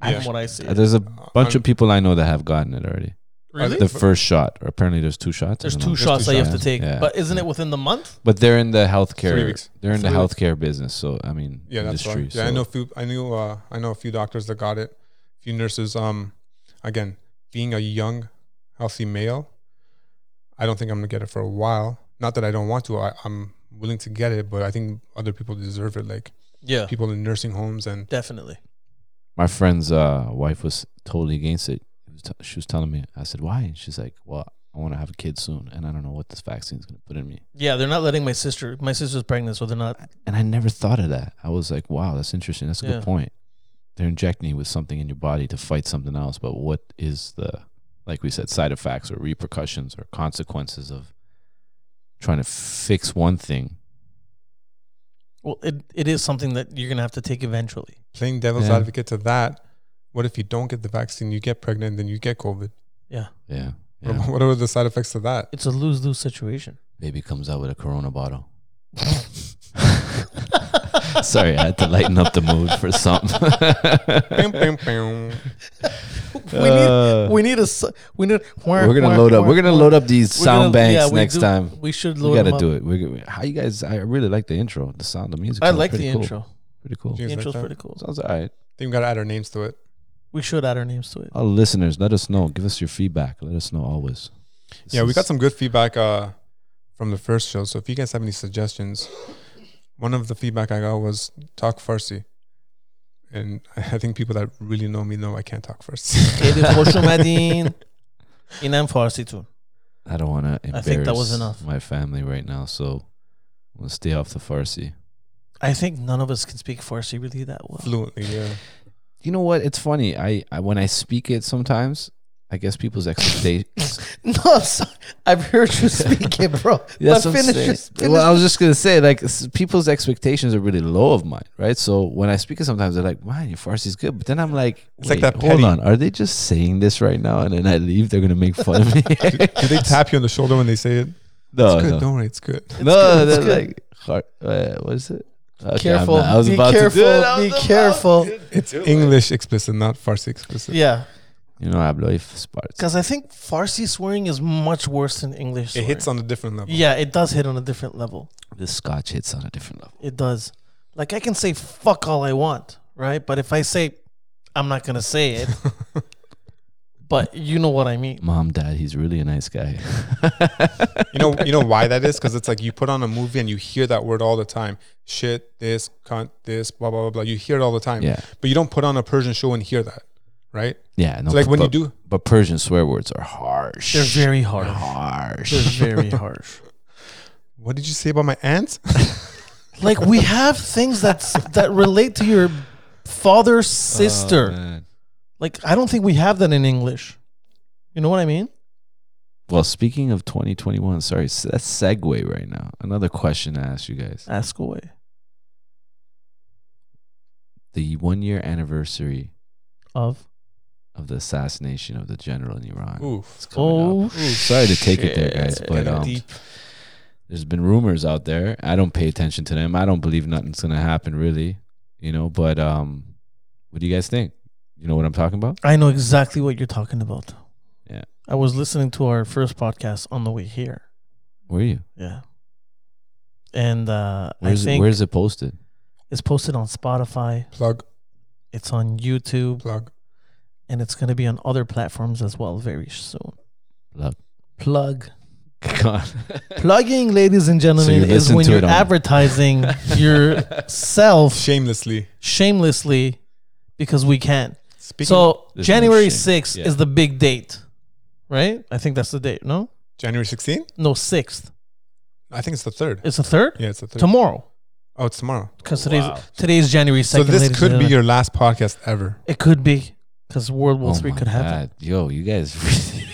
S1: from what I see.
S3: There's a
S2: Uh,
S3: bunch of people I know that have gotten it already.
S1: Really?
S3: The first shot, or apparently there's two shots. I
S1: There's
S3: don't
S1: two
S3: know.
S1: shots that you have to
S3: shots.
S1: take,
S3: Yeah.
S1: but isn't it within the month?
S3: but they're in the
S2: Three
S3: healthcare.
S2: weeks.
S3: They're in the
S2: Three weeks.
S3: healthcare business, so I mean,
S2: Yeah, that's
S3: industry.
S2: right. Yeah, I
S3: so-
S2: know. Few, I knew. Uh, I know a few doctors that got it. A few nurses. Um, again, being a young, healthy male, I don't think I'm gonna get it for a while. Not that I don't want to. I, I'm willing to get it, but I think other people deserve it. Like
S1: Yeah,
S2: people in nursing homes and
S1: definitely.
S3: my friend's uh, wife was totally against it. She was, t- she was telling me, I said, why? And she's like, well, I want to have a kid soon, and I don't know what this vaccine's going to put in me.
S1: Yeah, they're not letting my sister. My sister's pregnant, so they're not.
S3: And I never thought of that. I was like, wow, that's interesting. That's a
S1: Yeah.
S3: good point. They're injecting you with something in your body to fight something else, but what is the, like we said, side effects or repercussions or consequences of trying to fix one thing?
S1: Well, it, it is something that you're gonna have to take eventually.
S2: playing devil's
S3: Yeah.
S2: advocate to that. What if you don't get the vaccine? You get pregnant, then you get COVID.
S1: Yeah,
S3: Yeah.
S2: What-
S3: yeah.
S2: What are the side effects to that?
S1: it's a lose lose situation.
S3: Baby comes out with a Corona bottle. Sorry, I had to lighten up the mood for something.
S2: Bam, bam, bam.
S1: we need we need a s- we need.
S3: Uh, We're gonna load up. We're gonna load up these
S1: We're gonna-
S3: sound banks
S1: yeah, we
S3: next
S1: do-
S3: time.
S1: We should
S3: We
S1: load
S3: gotta
S1: them up.
S3: do it. We're, gonna- how you guys? I really like the intro, the sound, the music.
S1: I
S3: sounds
S1: like
S3: pretty
S1: the
S3: cool.
S1: intro.
S3: Pretty cool.
S1: The
S2: Things like
S1: intro's
S2: that.
S1: pretty cool.
S3: Sounds all right.
S2: Then we gotta add our names to it.
S1: We should add our names to it.
S3: All listeners, let us know. Give us your feedback. Let us know always. This
S2: yeah, we
S3: is-
S2: got some good feedback uh, from the first show. So if you guys have any suggestions, one of the feedback I got was talk Farsi, and I think people that really know me know I can't talk Farsi.
S1: Edith hoş geldin. İnan Farsi too.
S3: I don't want to
S1: I
S3: embarrass.
S1: think that was enough.
S3: My family right now, so I'm gonna stay off the Farsi.
S1: I think none of us can speak Farsi really that well.
S2: Fluently, yeah.
S3: You know what? It's funny. I, I when I speak it sometimes, I guess people's expectations.
S1: No, I'm sorry. I've heard you speak it, bro.
S3: That's
S1: but
S3: what I'm
S1: finish, your-
S3: saying.
S1: finish.
S3: Well, I was just gonna say, like, s- people's expectations are really low of mine, right? So when I speak it, sometimes they're like, "Man, your Farsi is good," but then I'm like,
S2: It's like
S3: "Wait,
S2: that
S3: hold
S2: petty-
S3: on, are they just saying this right now?" And then I leave, they're gonna make fun of me.
S2: Do they tap you on the shoulder when they say it?
S3: no,
S2: It's good.
S3: Oh, no,
S2: Don't worry, it's good.
S3: no,
S1: good, it's
S3: they're
S1: good.
S3: like, "Har- uh, "What is it?" Okay, I'm
S1: careful.
S3: not- I was
S1: be
S3: about
S1: careful.
S3: to do it. I was
S1: be
S3: about-
S1: careful.
S2: It's English explicit, not Farsi explicit.
S1: Yeah,
S3: You know, hablo y sparts.
S1: because I think Farsi swearing is much worse than English.
S2: It
S1: Swearing.
S2: hits on a different level.
S1: Yeah, it does hit on a different level.
S3: The Scotch hits on a different level.
S1: It does. Like I can say fuck all I want, right? But if I say, I'm not gonna say it. but you know what I mean.
S3: Mom, Dad, he's really a nice guy.
S2: You know, you know why that is? Because it's like you put on a movie and you hear that word all the time. Shit, this, cunt, this, blah blah blah blah. You hear it all the time.
S3: yeah,
S2: But you don't put on a Persian show and hear that, right?
S3: yeah. No,
S2: So like when you
S3: but-
S2: do,
S3: but Persian swear words are harsh.
S1: They're very harsh.
S3: harsh.
S1: They're very harsh.
S2: what did you say about my aunt?
S1: Like we have things that's that relate to your father,
S3: Oh,
S1: sister. like I don't think we have that in English. You know what I mean?
S3: Well, speaking of 2021, sorry, s- that's segue right now. Another question to ask you guys.
S1: Ask away.
S3: The one year anniversary
S1: Of
S3: of the assassination of the general in Iran.
S2: Oof.
S3: is coming up.
S1: Oh,
S3: sorry to take it there, guys,
S1: shit.
S3: but
S2: Getting
S3: um,
S2: deep.
S3: there's been rumors out there. I don't pay attention to them. I don't believe nothing's gonna happen, really. you know. But um, what do you guys think? You know what I'm talking about?
S1: I know exactly what you're talking about.
S3: Yeah.
S1: I was listening to our first podcast on the way here.
S3: Where are you?
S1: Yeah. And uh, I
S3: Where's it,
S1: think
S3: where's it posted?
S1: it's posted on Spotify,
S2: Plug,
S1: it's on YouTube,
S2: plug.
S1: and it's going to be on other platforms as well very soon.
S3: Plug.
S1: Plug.
S3: God.
S1: Plugging, ladies and gentlemen,
S3: you
S1: is
S3: listen
S1: when
S3: to
S1: you're
S3: it on-
S1: advertising yourself
S2: Shamelessly.
S1: shamelessly because we can.
S2: Speaking
S1: so
S3: There's no
S1: January
S3: shame.
S1: 6th
S3: Yeah.
S1: is the big date, right? I think that's the date, no?
S2: January 16th?
S1: No, 6th.
S2: I think it's the 3rd.
S1: It's the 3rd?
S2: Yeah, it's the 3rd.
S1: Tomorrow.
S2: oh, it's tomorrow.
S1: Because today's,
S3: Wow.
S1: today's January 2nd.
S2: So this
S1: ladies
S2: could
S1: and
S2: be
S1: gentlemen.
S2: your last podcast ever.
S1: It could be because World War
S3: Oh
S1: Three
S3: my
S1: could happen.
S3: God. Yo, you guys.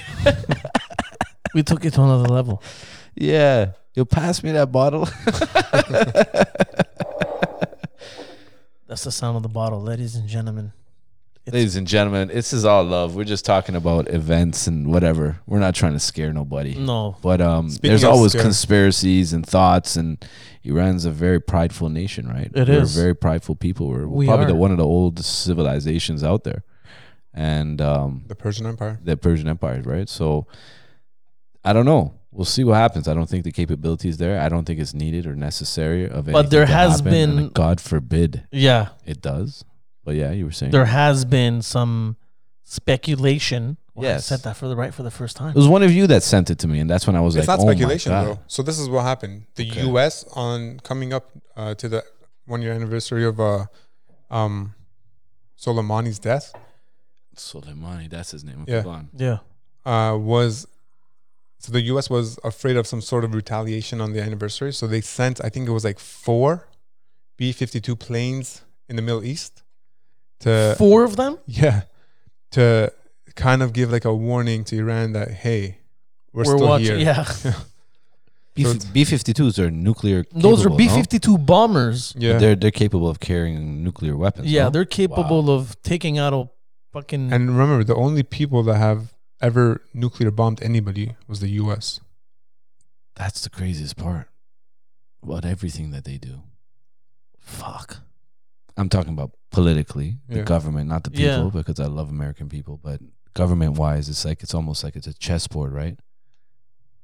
S3: really-
S1: We took it to another level.
S3: yeah. You'll pass me that bottle.
S1: That's the sound of the bottle, ladies and gentlemen. It's-
S3: Ladies and gentlemen, this is all love. We're just talking about events and whatever. We're not trying to scare nobody.
S1: No,
S3: But um,
S2: Speaking
S3: there's
S2: of
S3: always
S2: scare-
S3: conspiracies and thoughts, and Iran's a very prideful nation, right?
S1: It
S3: We're
S1: is.
S3: very prideful people. We're
S1: We
S3: probably the,
S1: are.
S3: one of the oldest civilizations out there, and um,
S2: The Persian Empire.
S3: the Persian Empire, right? So I don't know. We'll see what happens. I don't think the capability is there. I don't think it's needed or necessary of anything
S1: there
S3: to
S1: has
S3: happen, and
S1: been-
S3: God forbid
S1: yeah,
S3: it does. But yeah, you were saying
S1: there has been some speculation. Wow,
S3: Yes.
S1: I said that for the right for the first time.
S3: it was one of you that sent it to me, and that's when I was
S2: It's
S3: like,
S2: not speculation,
S3: "Oh my God."
S2: though. So this is what happened. The
S3: Okay.
S2: U.S. on coming up uh, to the one year anniversary of uh, um, Soleimani's death
S3: Soleimani, that's his name. I
S2: Yeah.
S3: forgot.
S1: yeah,
S2: uh, was so the U.S. was afraid of some sort of retaliation on the anniversary. So they sent, I think it was like four B fifty two planes in the Middle East to
S1: four of them.
S2: yeah to kind of give like a warning to Iran that hey we're,
S1: were
S2: still
S1: watching.
S2: here.
S1: Yeah,
S3: B
S2: So it's-
S3: B fifty twos are nuclear.
S1: those are
S3: capable,
S1: B
S3: no?
S1: fifty two bombers.
S2: yeah.
S3: They're they're capable of carrying nuclear weapons.
S1: Yeah,
S3: no?
S1: they're capable of taking out a fucking.
S2: And remember, the only people that have ever nuclear bombed anybody was the U.S.
S3: That's the craziest part about everything that they do.
S1: fuck.
S3: I'm talking about politically, the
S2: Yeah.
S3: government, not the people,
S1: Yeah.
S3: because I love American people, but government wise, it's like it's almost like it's a chessboard, right?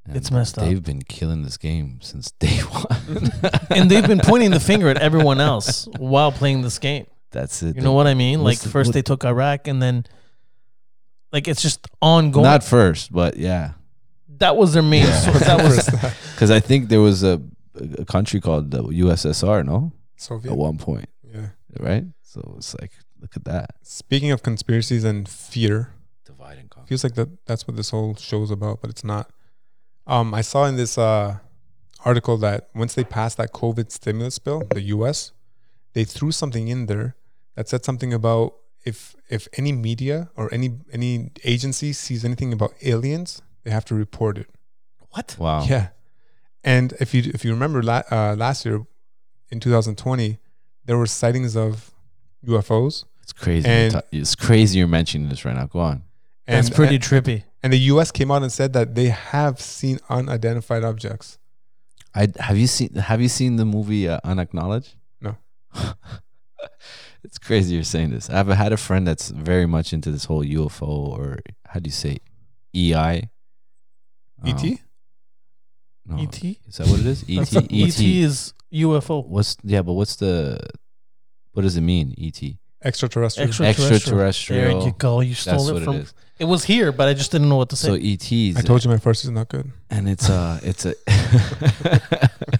S3: And
S1: It's messed up.
S3: They've been killing this game since day one.
S1: And they've been pointing the finger at everyone else while playing this game.
S3: That's it.
S1: You know what I mean? Like
S3: What's the-
S1: first
S3: what-
S1: they took Iraq, and then like it's just ongoing.
S3: Not first, but yeah.
S1: that was their main. source. That was
S3: Because I think there was a, a country called the USSR, no?
S1: Oh,
S2: Soviet.
S3: At one point,
S2: Yeah.
S3: right? So it's like, look at that.
S2: Speaking of conspiracies and fear,
S3: Divide and conquer.
S2: feels like that that's what this whole show's about, but it's not. Um, I saw in this uh, article that once they passed that COVID stimulus bill, the U.S., they threw something in there that said something about if if any media or any any agency sees anything about aliens, they have to report it.
S1: what?
S3: Wow.
S2: Yeah, and if you if you remember la- uh, last year in 2020, there were sightings of UFOs,
S3: It's crazy.
S2: And-
S3: you're ta- it's crazy you're mentioning this right now. Go on.
S2: and
S1: That's
S3: uh,
S1: pretty trippy.
S2: And the U.S. came out and said that they have seen unidentified objects.
S3: I have you seen have you seen the movie uh, Unacknowledged?
S2: No.
S3: it's crazy you're saying this. I've had a friend that's very much into this whole UFO or how do you say E EI?
S1: E
S2: ET.
S3: Um, no.
S1: ET.
S3: Is that what it is?
S1: E
S3: E
S1: That's
S3: ET
S1: not- ET
S3: ET.
S1: is UFO.
S3: What's yeah, but what's the what does it mean? E ET.
S2: extraterrestrial.
S3: Extraterrestrial.
S1: There you go. You
S3: That's
S1: stole
S3: what
S1: it from.
S3: it
S1: It,
S3: is.
S1: was here, but I just didn't know what to say.
S3: So ETs.
S2: I told you my first is not good.
S3: and it's uh it's a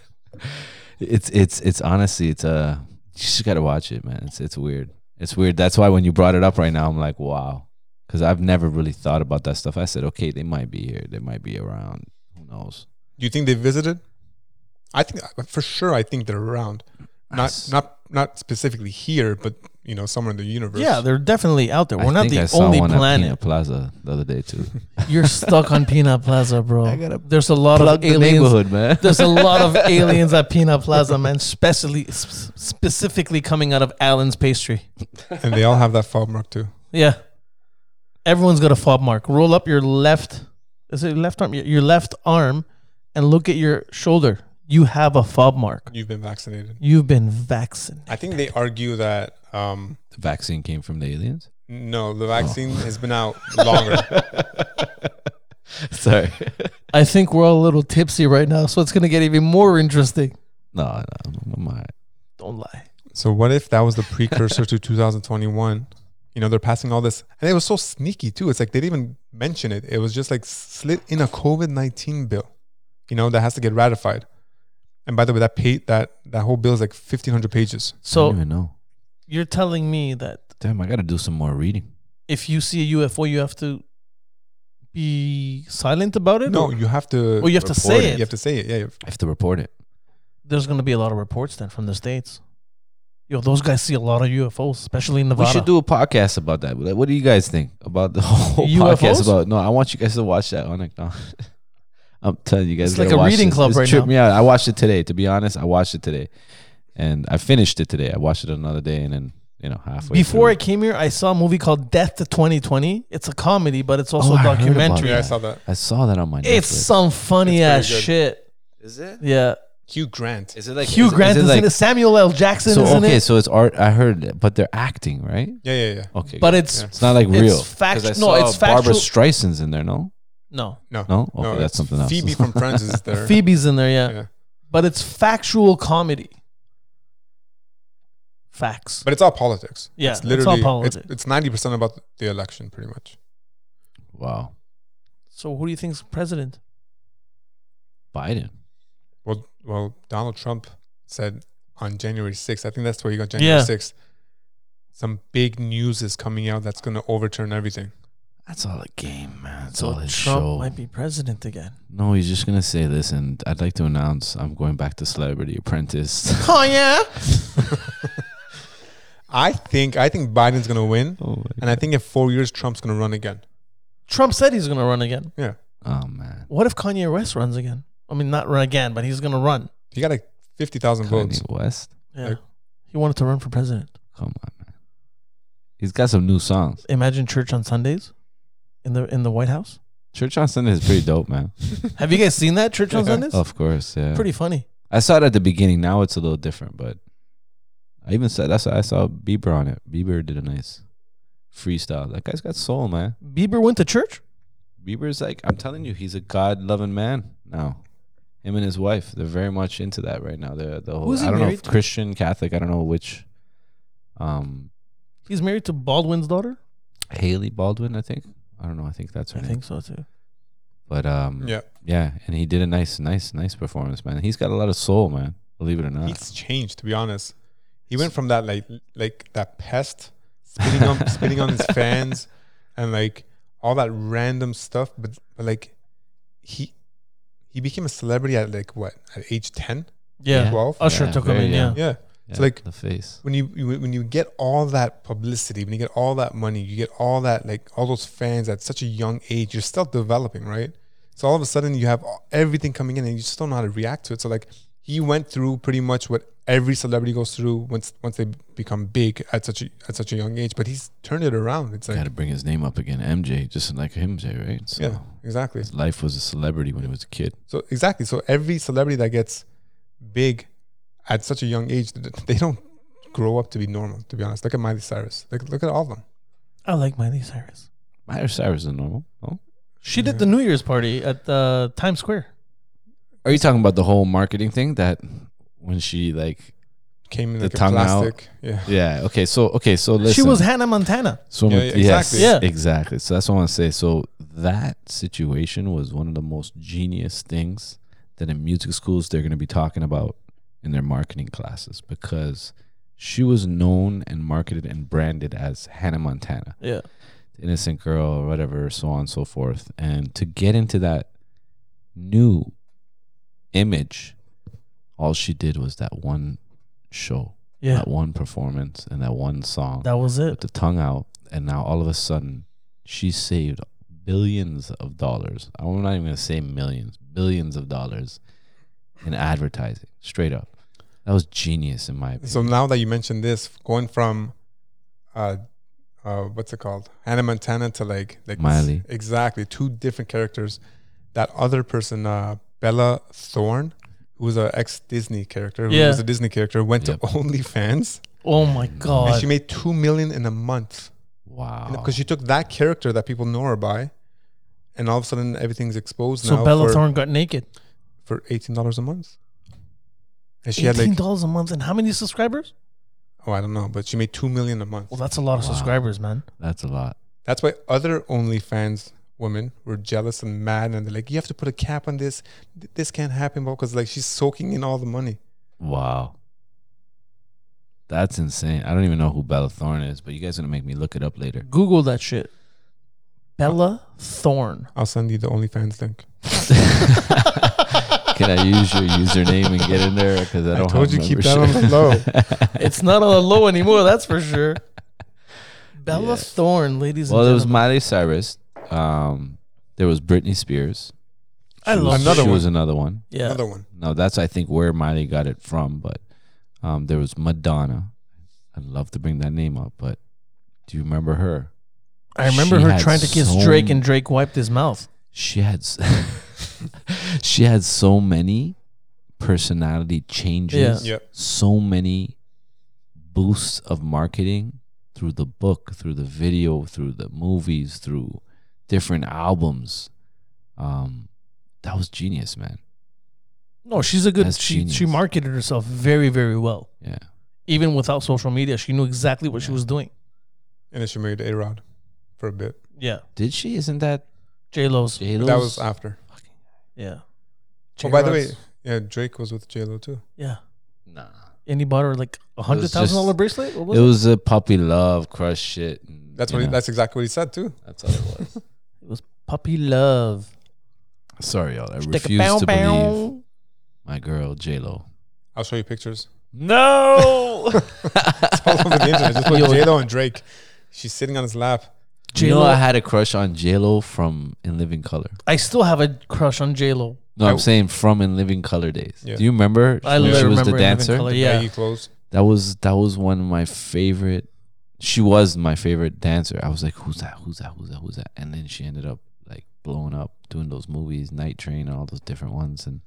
S3: it's it's it's honestly it's a you just gotta watch it man it's it's weird it's weird that's why when you brought it up right now i'm like wow because i've never really thought about that stuff i said okay they might be here they might be around who knows
S2: Do you think they visited? I think uh, for sure. I think they're around. Not
S3: That's-
S2: not not specifically here, but you know somewhere in the universe.
S1: yeah, they're definitely out there. We're
S3: I
S1: not
S3: think I
S1: the
S3: saw
S1: only
S3: one at Pina
S1: planet.
S3: plaza the other day too
S1: You're stuck on Peanut Plaza, bro.
S3: I gotta
S1: There's a lot
S3: plug
S1: of
S3: the
S1: aliens.
S3: neighborhood man
S1: There's a lot of aliens at Peanut Plaza, man. Specially, s- specifically coming out of Allen's Pastry.
S2: and they all have that fob mark too.
S1: Yeah. Everyone's got a fob mark. Roll up your left. Is it your left arm? Your- Your left arm, and look at your shoulder. you have a fob mark.
S2: You've been vaccinated.
S1: You've been vaccinated.
S2: I think they argue that um,
S3: The vaccine came from the aliens.
S2: no, the vaccine has been out longer.
S3: Sorry.
S1: I think we're all a little tipsy right now, so it's gonna get even more interesting.
S3: No, no, I'm- I'm all right.
S1: Don't lie.
S2: so what if that was the precursor to 2021? You know, they're passing all this, and it was so sneaky too. It's like they didn't even mention it. It was just like slid in a COVID 19 bill. You know, that has to get ratified. And by the way, that paid that that whole bill is like 1,500 pages.
S3: I don't
S1: So
S3: even know.
S1: you're telling me that
S3: Damn, I got to do some more reading.
S1: if you see a UFO, you have to be silent about it.
S2: No,
S1: Or
S2: you have to.
S1: Oh, you have to
S2: report
S1: say it.
S2: You have to say it. Yeah, you have-
S3: I have to report it.
S1: there's gonna be a lot of reports then from the states. Yo, those guys see a lot of UFOs, especially in Nevada.
S3: We should do a podcast about that. Like, what do you guys think about the whole
S1: UFOs?
S3: podcast about? No, I want you guys to watch that on no. I'm telling you guys,
S1: It's like
S3: gotta
S1: a
S3: watch
S1: reading
S3: this.
S1: club
S3: This
S1: right
S3: tripped
S1: now.
S3: Me out. I watched it today. To be honest, I watched it today, and I finished it today. I watched it another day, and then you know halfway
S1: Before I
S3: through.
S1: came here, I saw a movie called Death to 2020. It's a comedy, but it's also
S3: Oh,
S1: a
S3: I heard about
S1: documentary.
S2: yeah, I
S3: that.
S2: saw that.
S3: I saw that on my
S1: It's
S3: Netflix.
S1: some funny ass
S2: It's pretty good.
S1: shit.
S3: is it?
S1: Yeah.
S2: Hugh Grant.
S3: Is it like
S1: Hugh
S3: is it-
S1: Grant is,
S3: is it
S1: in it.
S3: like,
S1: Samuel L. Jackson
S3: so
S1: is in
S3: okay?
S1: it.
S3: So it's art. I heard, it, but they're acting, right?
S2: Yeah, yeah, yeah.
S3: Okay,
S1: But
S3: good.
S1: it's
S2: Yeah.
S3: it's not like
S1: it's
S3: real. 'Cause I
S1: fact- no,
S3: saw
S1: it's
S3: Barbara
S1: factual-
S3: Streisand's in there. No,
S1: no.
S2: No,
S3: no. Okay, that's
S2: it's
S3: something else.
S2: Phoebe from Friends is there.
S1: Phoebe's in there, yeah.
S2: Yeah.
S1: But it's factual comedy. Facts.
S2: But it's all politics.
S1: Yeah,
S2: it's
S1: it's all
S2: literally it's
S1: politics.
S2: It's ninety percent about the election, pretty much.
S3: wow,
S1: so who do you think's president?
S3: Biden.
S2: Well, well, Donald Trump said on January sixth. I think that's where you got January
S1: Yeah.
S2: sixth. Some big news is coming out that's going to overturn everything.
S3: That's all a game, man. That's
S1: So
S3: all his
S1: Trump
S3: show.
S1: might be president again.
S3: No, he's just gonna say, "Listen, I'd like to announce I'm going back to Celebrity Apprentice."
S1: Oh yeah.
S2: I think I think Biden's going to win,
S3: oh,
S2: and I think in four years Trump's going to run again.
S1: Trump said he's gonna run again.
S2: Yeah,
S3: Oh, man,
S1: What if Kanye West runs again? I mean not run again, but he's gonna run.
S2: he got like fifty thousand votes.
S3: Kanye West,
S1: Yeah.
S2: Like-
S1: he wanted to run for president.
S3: come on, man. He's got some new songs.
S1: Imagine church on Sundays in the in the White House.
S3: Church on Sunday is pretty dope, man.
S1: Have you guys seen that church on
S2: Yeah.
S1: Sundays?
S3: of course, Oh, yeah.
S1: Pretty funny.
S3: I saw it at the beginning. Now it's a little different, but I even said that's why I saw Bieber on it. Bieber did a nice freestyle. That guy's got soul, man.
S1: Bieber went to church.
S3: Bieber's like, I'm telling you, he's a God loving man now. Him and his wife, they're very much into that right now. They're the whole
S1: Who's he
S3: I don't know
S1: married
S3: if
S1: to?
S3: Christian, Catholic, I don't know which. Um
S1: He's married to Baldwin's daughter.
S3: Haley Baldwin, I think. I don't know, I think that's her
S1: I
S3: name.
S1: think so too.
S3: But um yeah.
S2: Yeah,
S3: and he did a nice, nice, nice performance, man. He's got a lot of soul, man. Believe it or not.
S2: he's changed. To be honest, he went from that like like that pest spitting on spitting on his fans and like all that random stuff but, but like he he became a celebrity at like what at age 10
S1: Yeah.
S3: Yeah.
S2: 12
S1: Usher
S3: Yeah,
S1: took him
S3: very
S1: in. Yeah.
S3: young.
S2: yeah
S3: Yeah,
S2: So, like-
S3: the face.
S2: when you you- when you get all that publicity when you get all that money you get all that like all those fans at such a young age you're still developing right so all of a sudden you have all- everything coming in and you just don't know how to react to it so like he went through pretty much what every celebrity goes through once once they become big at such a, at such a young age but he's turned it around it's like
S3: Gotta bring his name up again. MJ, just like MJ, right? So
S2: yeah exactly
S3: his life was a celebrity when he was a kid.
S2: So exactly. So every celebrity that gets big at such a young age, th- they don't grow up to be normal. To be honest, look at Miley Cyrus. Look, look at all of them.
S1: I like Miley Cyrus.
S3: Miley Cyrus is normal. Oh.
S1: She did the New Year's party at uh, Times Square.
S3: Are you talking about the whole marketing thing that when she like
S2: Came in
S3: The
S2: like a
S3: tongue
S2: plastic. Yeah.
S3: yeah okay so okay so listen
S1: She was Hannah Montana.
S3: so
S2: Yeah,
S3: much-
S2: yeah,
S3: yes,
S2: exactly.
S1: Yeah.
S3: exactly so that's what I want to say so that situation was one of the most genius things that in music schools they're going to be talking about in their marketing classes because she was known and marketed and branded as Hannah Montana
S1: Yeah.
S3: innocent girl or whatever so on and so forth and to get into that new image all she did was that one show
S1: Yeah.
S3: that one performance and that one song
S1: That was
S3: with
S1: it.
S3: the tongue out and now all of a sudden she saved billions of dollars i'm not even gonna say millions billions of dollars in advertising straight up that was genius in my opinion
S2: So now that you mentioned this, going from, uh, uh, what's it called, Hannah Montana to like like
S3: Miley.
S2: exactly two different characters. That other person, uh, Bella Thorne, who was an ex Disney character, who
S1: Yeah.
S2: was a Disney character, went
S3: Yep.
S2: to OnlyFans
S1: Oh my
S3: Mm.
S2: and
S1: god.
S2: she made two million in a month
S3: Wow.
S2: because she took that character that people know her by, and all of a sudden everything's exposed
S1: So
S2: now
S1: Bella
S2: for,
S1: Thorne got naked.
S2: for eighteen dollars a month. And she had
S1: Eighteen
S2: like
S1: dollars a month, and how many subscribers?
S2: oh I don't know, but she made two million a month.
S1: Well, that's a lot of
S3: Wow.
S1: subscribers, man.
S3: That's a lot.
S2: That's why other OnlyFans women were jealous and mad, and they're like, "You have to put a cap on this. Th- This can't happen, because like she's soaking in all the money."
S3: Wow. That's insane. I don't even know who Bella Thorne is, but you guys are gonna make me look it up later.
S1: Google that shit. Bella Thorne.
S2: I'll send you the OnlyFans link.
S3: Can I use your username and get in there? Because I
S2: I,
S3: don't.
S2: told
S3: have
S2: you keep that on
S3: membership.
S2: the low.
S1: It's not on the low anymore, that's for sure. Bella
S3: Yeah.
S1: Thorne, ladies
S3: well, there
S1: and
S3: was
S1: gentlemen.
S3: Miley Cyrus. Um, there was Britney Spears.
S1: I
S3: She
S1: love
S3: was,
S2: Another
S3: she
S2: one.
S3: was another one.
S1: yeah.
S2: Another one.
S3: No, that's I think where Miley got it from. But um, there was Madonna. I'd love to bring that name up, but do you remember her?
S1: I remember
S3: She
S1: her
S3: had
S1: trying to kiss
S3: so
S1: Drake, and Drake wiped his mouth.
S3: She had s- she had so many personality changes.
S2: Yeah.
S3: so many boosts of marketing through the book, through the video, through the movies, through different albums. Um, that was genius, man.
S1: No, she's a good.
S3: That's
S1: She, she
S3: genius.
S1: marketed herself very, very well.
S3: Yeah,
S1: Even without social media, she knew exactly what she
S3: Yeah.
S1: was doing.
S2: And then she married A Rod for a bit.
S1: Yeah,
S3: did she? Isn't that
S1: J Lo's.
S3: J
S2: But that was after.
S1: Yeah.
S2: Oh, by the way,
S1: J-Rod's.
S2: yeah, Drake was with J Lo too.
S1: yeah,
S3: Nah,
S1: and he bought her like a hundred
S3: was
S1: thousand dollar
S3: just-
S1: bracelet. What was
S3: it was a puppy love crush shit. and,
S2: That's
S3: you
S2: what. He,
S3: know,
S2: that's exactly what he said too.
S3: that's all it was.
S1: It was puppy love.
S3: Sorry, y'all. I
S1: Stick a
S3: refuse
S1: bow,
S3: to
S1: bow.
S3: believe my girl J Lo.
S2: I'll show you pictures.
S3: No,
S2: It's all over the internet. Just put J Lo and Drake. She's sitting on his lap.
S3: you know
S1: J-Lo.
S3: I had a crush on J Lo from In Living Color.
S1: I still have a crush on J Lo.
S3: No,
S2: I-
S3: I'm saying from in Living Color days.
S2: Yeah.
S3: Do you remember?
S1: I literally
S3: when she was
S1: remember
S3: the
S1: In Living
S3: dancer.
S1: Color,
S2: Yeah.
S1: Yeah.
S2: Baggy clothes.
S3: That was that was one of my favorite. She was my favorite dancer. I was like, who's that? Who's that? Who's that? Who's that? And then she ended up like blowing up, doing those movies, Night Train, and all those different ones. And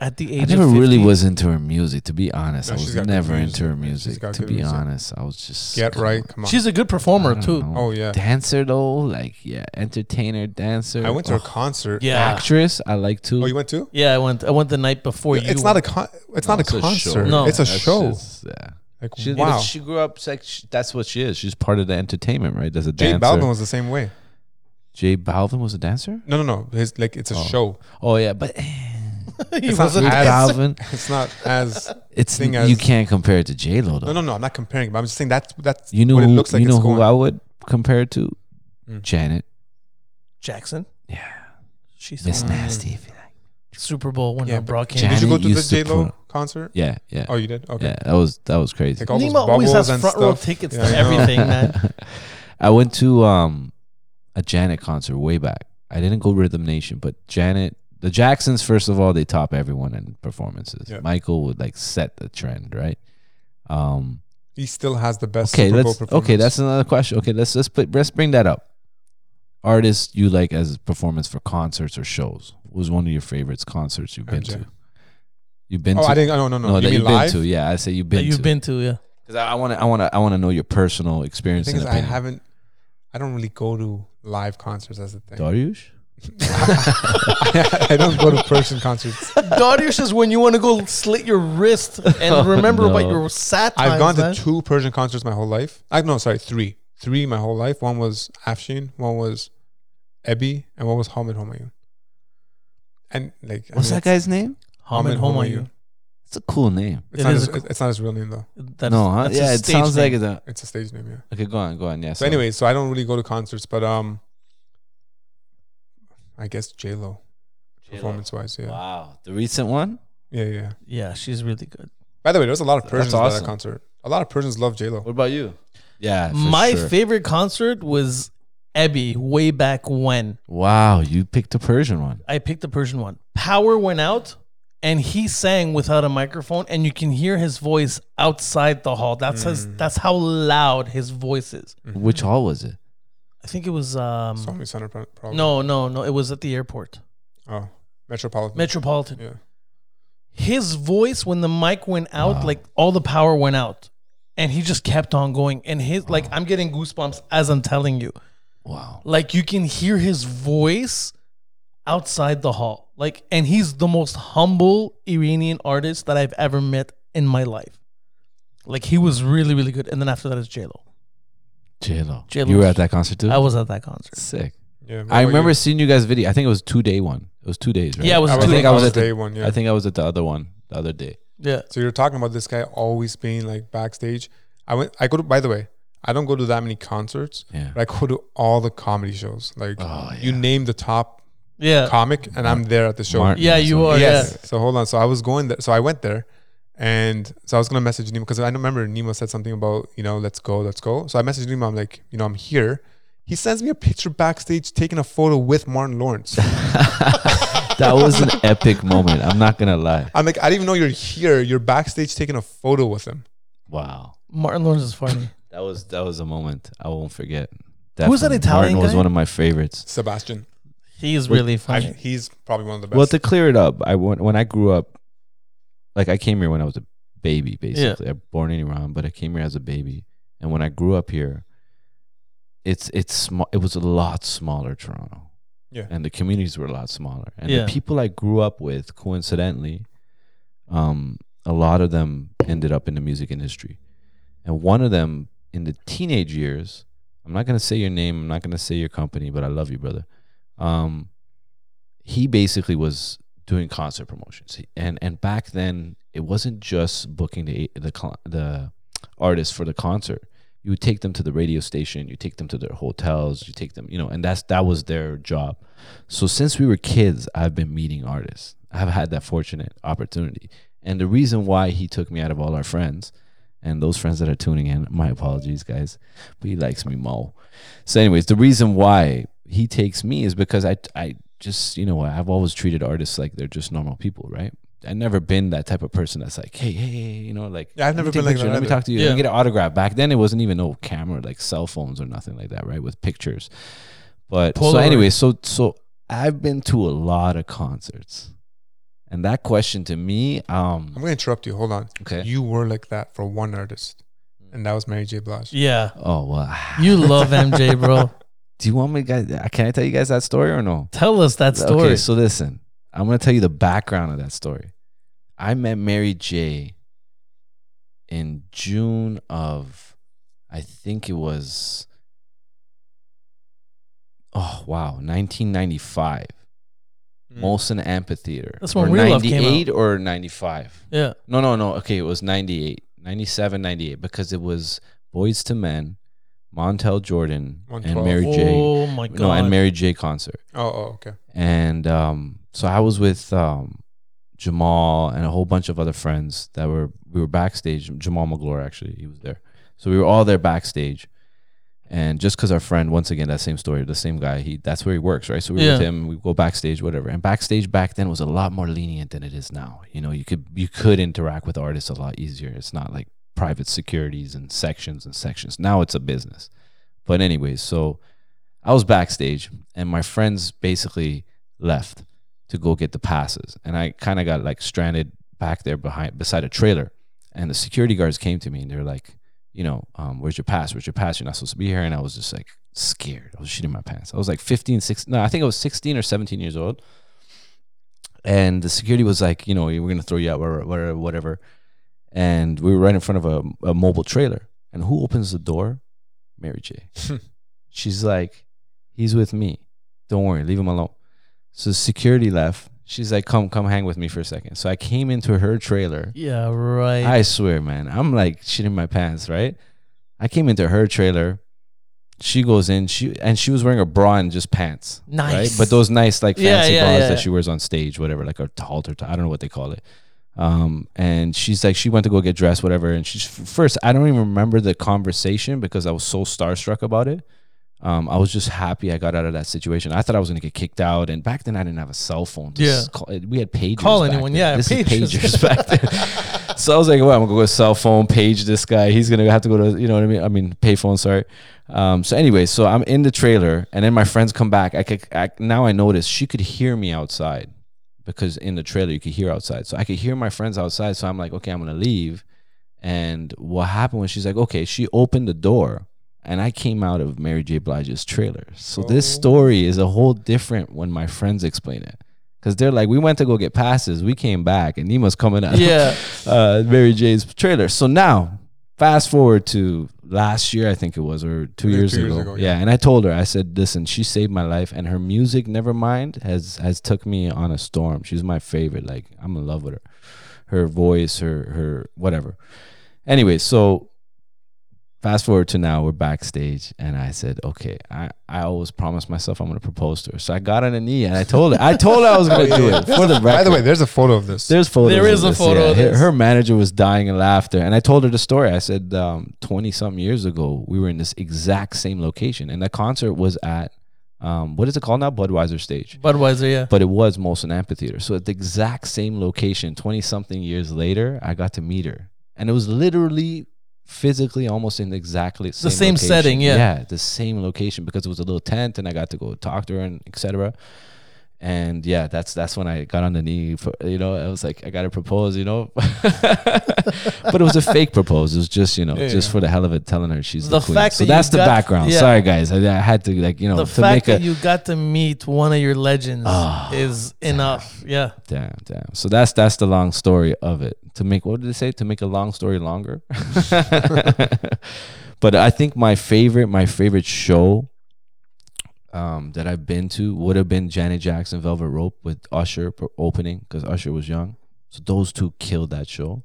S1: At the
S3: I
S1: age,
S3: never
S1: of 50,
S3: really was into her music, to be honest.
S2: No,
S3: I
S2: she's
S3: was
S2: got good
S3: never
S2: music,
S3: into her
S2: man. She's
S3: music,
S2: got
S3: to
S2: good
S3: be
S2: music.
S3: honest. I was just
S2: Get
S3: come
S2: right.
S3: on.
S2: Come on.
S1: She's a good
S3: I
S1: performer
S3: don't
S1: too.
S3: know.
S2: oh yeah.
S3: dancer though, like yeah, entertainer, dancer.
S2: I went to
S3: Oh,
S2: a concert.
S1: Yeah.
S3: actress. I like too.
S2: Oh, you went too?
S1: Yeah, I went. I went the night before you. uh,
S2: It's not a con- It's not a concert.
S1: No.
S2: it's a
S3: That's
S2: show.
S3: just- yeah.
S2: like
S3: She,
S2: wow.
S3: she grew up. Like, she, that's what she is. She's part of the entertainment, right? As a
S2: Jay
S3: dancer.
S2: Balvin was the same way.
S3: Jay Balvin was a dancer.
S2: No, no, no. His like it's a
S3: Oh.
S2: show.
S3: Oh yeah, but eh,
S1: he
S2: It's not
S1: wasn't.
S2: Jay
S3: Jay
S2: Balvin.
S3: Balvin.
S2: It's not as
S3: It's
S2: Thing
S3: you
S2: as-
S3: can't compare it to J Lo though.
S2: no, no, no. I'm not comparing. But I'm just saying that's that's
S3: You know
S2: what it
S3: who,
S2: looks like.
S3: you know
S2: it's
S3: who
S2: going.
S3: I would compare it to?
S2: Mm.
S3: Janet.
S1: Jackson.
S3: Yeah,
S1: She's
S3: Miss
S2: Mm.
S1: the
S3: Nasty. If you like.
S1: Super Bowl when
S2: Yeah,
S1: yeah,
S2: but
S1: Brock
S3: Janet
S2: Did you go to the
S3: used to
S2: J Lo
S3: put-
S2: concert?
S3: Yeah, yeah,
S2: Oh, you did. Okay.
S3: yeah. That was that was crazy.
S2: Like all those
S1: Nima always has
S2: bubbles and
S1: front row
S2: stuff.
S1: tickets
S2: Yeah, I
S1: to
S2: know.
S1: everything, man.
S3: I went to um a Janet concert way back. I didn't go Rhythm Nation, but Janet, the Jacksons. First of all, they top everyone in performances.
S2: Yeah.
S3: Michael would like set the trend, right? Um,
S2: He still has the best.
S3: okay,
S2: Super Bowl
S3: let's okay.
S2: performance.
S3: That's another question. Okay, let's let's put, let's bring that up. Artists you like as performance for concerts or shows What was one of your favorites concerts you've been
S2: MJ.
S3: to. You've been
S2: Oh,
S3: to
S2: I didn't. Oh, no, no.
S3: no
S2: you
S3: that
S2: mean
S3: you've
S2: live?
S3: been to. Yeah, I say you've
S1: That
S3: been
S1: you've
S3: to
S1: been to, yeah.
S3: because I want to I want to I want to know your personal
S2: The
S3: experience.
S2: thing
S3: and
S2: is, I
S3: opinion.
S2: haven't. I don't really go to live concerts. That's the thing.
S3: Dariush.
S2: I don't go to person concerts.
S1: Darius is when you want to go slit your wrist and remember
S3: Oh, no.
S1: about your sad times.
S2: I've gone
S1: man.
S2: to two Persian concerts my whole life. I no, sorry, three, three my whole life. One was Afshin, one was Ebi, and one was Hamid Homayun. And like, I
S3: What's
S2: mean,
S3: that guy's name?
S2: it's
S1: Hamid Homayu.
S3: It's a cool name.
S2: It's,
S1: It
S2: not
S1: is
S2: his,
S1: a cool-
S2: it's not his real name though.
S1: That's,
S3: no, huh?
S1: that's
S3: yeah,
S1: his
S3: it
S1: stage
S3: sounds
S1: name.
S3: like it's a.
S2: It's a stage name, yeah.
S3: Okay, go on, go on. Yeah.
S2: So
S3: so-
S2: anyway, so I don't really go to concerts, but um, I guess J Lo,
S3: J-Lo.
S2: performance wise, yeah,
S3: Wow, the recent one.
S2: yeah, yeah.
S1: Yeah, she's really good.
S2: By the way, there was a lot of Persians at
S3: awesome.
S2: that concert. A lot of Persians love J Lo.
S3: What about you? Yeah, for
S1: My
S3: sure.
S1: favorite concert was Ebby way back when.
S3: Wow, you picked a Persian one.
S1: I picked the Persian one. Power went out and he sang without a microphone and you can hear his voice outside the hall. That's his, that's how loud his voice is.
S2: Mm-hmm.
S3: Which hall was it?
S1: I think it was um
S2: Swami Center, pro- probably.
S1: no, no, no, it was at the airport.
S2: oh, Metropolitan.
S1: Metropolitan.
S2: yeah,
S1: his voice when the mic went out, like all the power went out, and he just kept on going. And his like I'm getting goosebumps as I'm telling you.
S3: Wow.
S1: Like you can hear his voice outside the hall. Like and he's the most humble Iranian artist that I've ever met in my life. Like he was really really good. And then after that is J Lo.
S3: J-Lo.
S1: J-Lo.
S3: You were at that concert too?
S1: I was at that concert.
S3: sick.
S2: Yeah, what
S3: I
S2: about
S3: remember
S2: you?
S3: seeing you guys' video. I think it was two day one. It was two days, right?
S1: Yeah, it was
S2: I
S1: two
S2: was,
S1: days.
S2: think I was
S3: at the-
S2: day one. Yeah.
S3: I think I was at the other one the other day.
S1: Yeah.
S2: So you're talking about this guy always being like backstage. I went. I go to. By the way, I don't go to that many concerts,
S3: Yeah.
S2: but I go to all the comedy shows. Like
S3: Oh, yeah.
S2: you name the top
S1: Yeah.
S2: comic, and I'm there at the show.
S3: Martin
S1: Oh, Yeah,
S3: was
S1: you
S3: on-
S1: are.
S2: yes.
S1: Yeah.
S2: So hold on. So I was going there. So I went there, and so I was gonna message Nemo because I remember Nemo said something about you know let's go, let's go. So I messaged Nemo. I'm like, you know, I'm here. He sends me a picture backstage taking a photo with Martin Lawrence.
S3: That was an epic moment. I'm not gonna lie.
S2: I'm like, I didn't even know you're here. You're backstage taking a photo with him.
S3: Wow.
S1: Martin Lawrence is funny.
S3: That was that was a moment I won't forget.
S1: Who's that
S3: Definitely.
S1: Italian
S3: Martin was
S1: guy?
S3: one of my favorites.
S2: Sebastian.
S1: He is really
S2: I,
S1: funny.
S2: he's probably one of the best.
S3: Well, to clear it up, I when, when I grew up, like I came here when I was a baby, basically. I'm born in Iran, but I came here as a baby. And when I grew up here, it's it's small. It was a lot smaller Toronto.
S2: Yeah.
S3: and the communities were a lot smaller. And
S1: Yeah.
S3: the people I grew up with, coincidentally, um, a lot of them ended up in the music industry. And one of them in the teenage years, I'm not gonna say your name, I'm not gonna say your company, but I love you, brother. Um, he basically was doing concert promotions, He- and and back then it wasn't just booking the the cl- the artists for the concert. You would take them to the radio station, you take them to their hotels, you take them, you know, and that's that was their job. So since we were kids, I've been meeting artists. I've had that fortunate opportunity. And the reason why he took me out of all our friends, and those friends that are tuning in, my apologies, guys, but he likes me mo. So, anyways, the reason why he takes me is because I, I just, you know, I've always treated artists like they're just normal people, right? I've never been that type of person that's like, hey, hey, hey, you know, like,
S2: Yeah, I've never
S3: let me take
S2: been
S3: a
S2: like
S3: picture,
S2: that
S3: Let me
S2: either.
S3: talk to you. Let me
S1: Yeah.
S3: get an autograph. Back then, it wasn't even no camera, like cell phones or nothing like that, right? With pictures. But so,
S1: Polaroid.
S3: anyway, so so I've been to a lot of concerts, and that question to me,
S2: I'm
S3: um,
S2: going to interrupt you. Hold on.
S3: okay,
S2: You were like that for one artist, and that was Mary J. Blige.
S1: yeah.
S3: oh well,
S1: You love MJ, bro.
S3: do you want me guys? Can I tell you guys that story or no?
S1: Tell us that story.
S3: Okay, so listen, I'm gonna tell you the background of that story. I met Mary J. in June of, I think it was, oh wow, 1995,
S2: Mm.
S3: Molson Amphitheater.
S1: Hmm. That's when
S3: or
S1: Real Love came out.
S3: 98 or 95.
S1: yeah.
S3: No, no, no. Okay, it was 98, 97, 98 because it was Boys to Men, Montel Jordan, and
S2: 112.
S3: Mary J.
S1: Oh my god.
S3: No, and Mary J. concert
S2: Oh, oh, okay.
S3: and um, so I was with um, Jamal and a whole bunch of other friends that were we were backstage. Jamal McGlure actually, he was there, so we were all there backstage. And just because our friend, once again, that same story, the same guy, he that's where he works, right? So we were with
S1: Yeah.
S3: him, we go backstage, whatever. And backstage back then was a lot more lenient than it is now. You know, you could you could interact with artists a lot easier. It's not like private securities and sections and sections. Now it's a business. But anyways, so I was backstage and my friends basically left to go get the passes. And I kind of got like stranded back there behind beside a trailer. And the security guards came to me and they were like, you know, um, where's your pass? Where's your pass? You're not supposed to be here. And I was just like scared. I was shitting my pants. I was like 15, 16, no, I think I was 16 or 17 years old. And the security was like, you know, we're going to throw you out, whatever, whatever, whatever. And we were right in front of a, a mobile trailer. And who opens the door? Mary J. She's like, he's with me. Don't worry, leave him alone. So security left. She's like, come, come hang with me for a second. So I came into her trailer.
S1: Yeah, right.
S3: I swear, man. I'm like shitting my pants, right? I came into her trailer. She goes in, she and she was wearing a bra and just pants.
S1: Nice.
S3: But those nice, like
S1: Yeah,
S3: fancy
S1: yeah,
S3: bras
S1: yeah,
S3: that
S1: yeah.
S3: she wears on stage, whatever, like a t- halter top. I don't know what they call it. Um, and she's like, she went to go get dressed, whatever. And she's first, I don't even remember the conversation because I was so starstruck about it. Um, I was just happy I got out of that situation. I thought I was gonna get kicked out, and back then I didn't have a cell phone. to
S1: Yeah.
S3: s- call, we had pagers.
S1: Call
S3: back
S1: anyone,
S3: then.
S1: yeah,
S3: This
S1: pagers.
S3: is pagers back then. So I was like, well, I'm gonna go with cell phone, page this guy. He's gonna have to go to, you know what I mean? I mean, payphone, sorry. Um, so anyway, so I'm in the trailer, and then my friends come back. I could I, now I notice she could hear me outside. because in the trailer you could hear outside. So I could hear my friends outside. So I'm like, okay, I'm gonna leave. And what happened was she's like, okay, she opened the door, and I came out of Mary J. Blige's trailer. So this
S2: Oh.
S3: story is a whole different when my friends explain it. Cause they're like, we went to go get passes, we came back, and Nima's coming out
S1: yeah.
S3: uh, Mary J's trailer. So now, fast forward to last year, I think it was, or two
S2: Yeah,
S3: years,
S2: two years
S3: ago.
S2: ago,
S3: yeah. and I told her, I said, "Listen, she saved my life, and her music, never mind, has has took me on a storm. She's my favorite. Like I'm in love with her, her voice, her her whatever." Anyway, so fast forward to now, we're backstage, and I said, "Okay, I I always promised myself I'm gonna propose to her." So I got on a knee and I told her, I told her I was gonna
S2: Oh,
S3: do it for the record.
S2: By the way, there's a photo of this.
S3: There's photos.
S1: There
S3: of
S1: is a
S3: this,
S1: photo
S3: yeah.
S1: of
S3: Her-
S1: this.
S3: Her manager was dying in laughter, and I told her the story. I said, twenty something years ago, we were in this exact same location, and the concert was at um, what is it called now? Budweiser Stage,
S1: Budweiser, yeah.
S3: but it was Molson Amphitheater. So at the exact same location, twenty something years later, I got to meet her, and it was literally physically almost in exactly the
S1: same
S3: location.
S1: setting, yeah.
S3: yeah, the same location because it was a little tent, and I got to go talk to her and etc and yeah that's that's when i got on the knee for, you know i was like i gotta propose you know but it was a fake propose it was just you know
S2: Yeah,
S3: just
S2: yeah.
S3: for the hell of it telling her she's the,
S1: The
S3: queen
S1: fact that
S3: so
S1: you
S3: that's the
S1: got-
S3: background
S1: yeah.
S3: sorry guys I, I had to like you know
S1: the
S3: to make
S1: fact
S3: a
S1: that you got to meet one of your legends
S3: Ah,
S1: is enough. Yeah.
S3: damn damn so that's that's the long story of it to make what did they say to make a long story longer but i think my favorite my favorite show um, that i've been to would have been janet jackson velvet rope with usher per- opening because usher was young so those two killed that show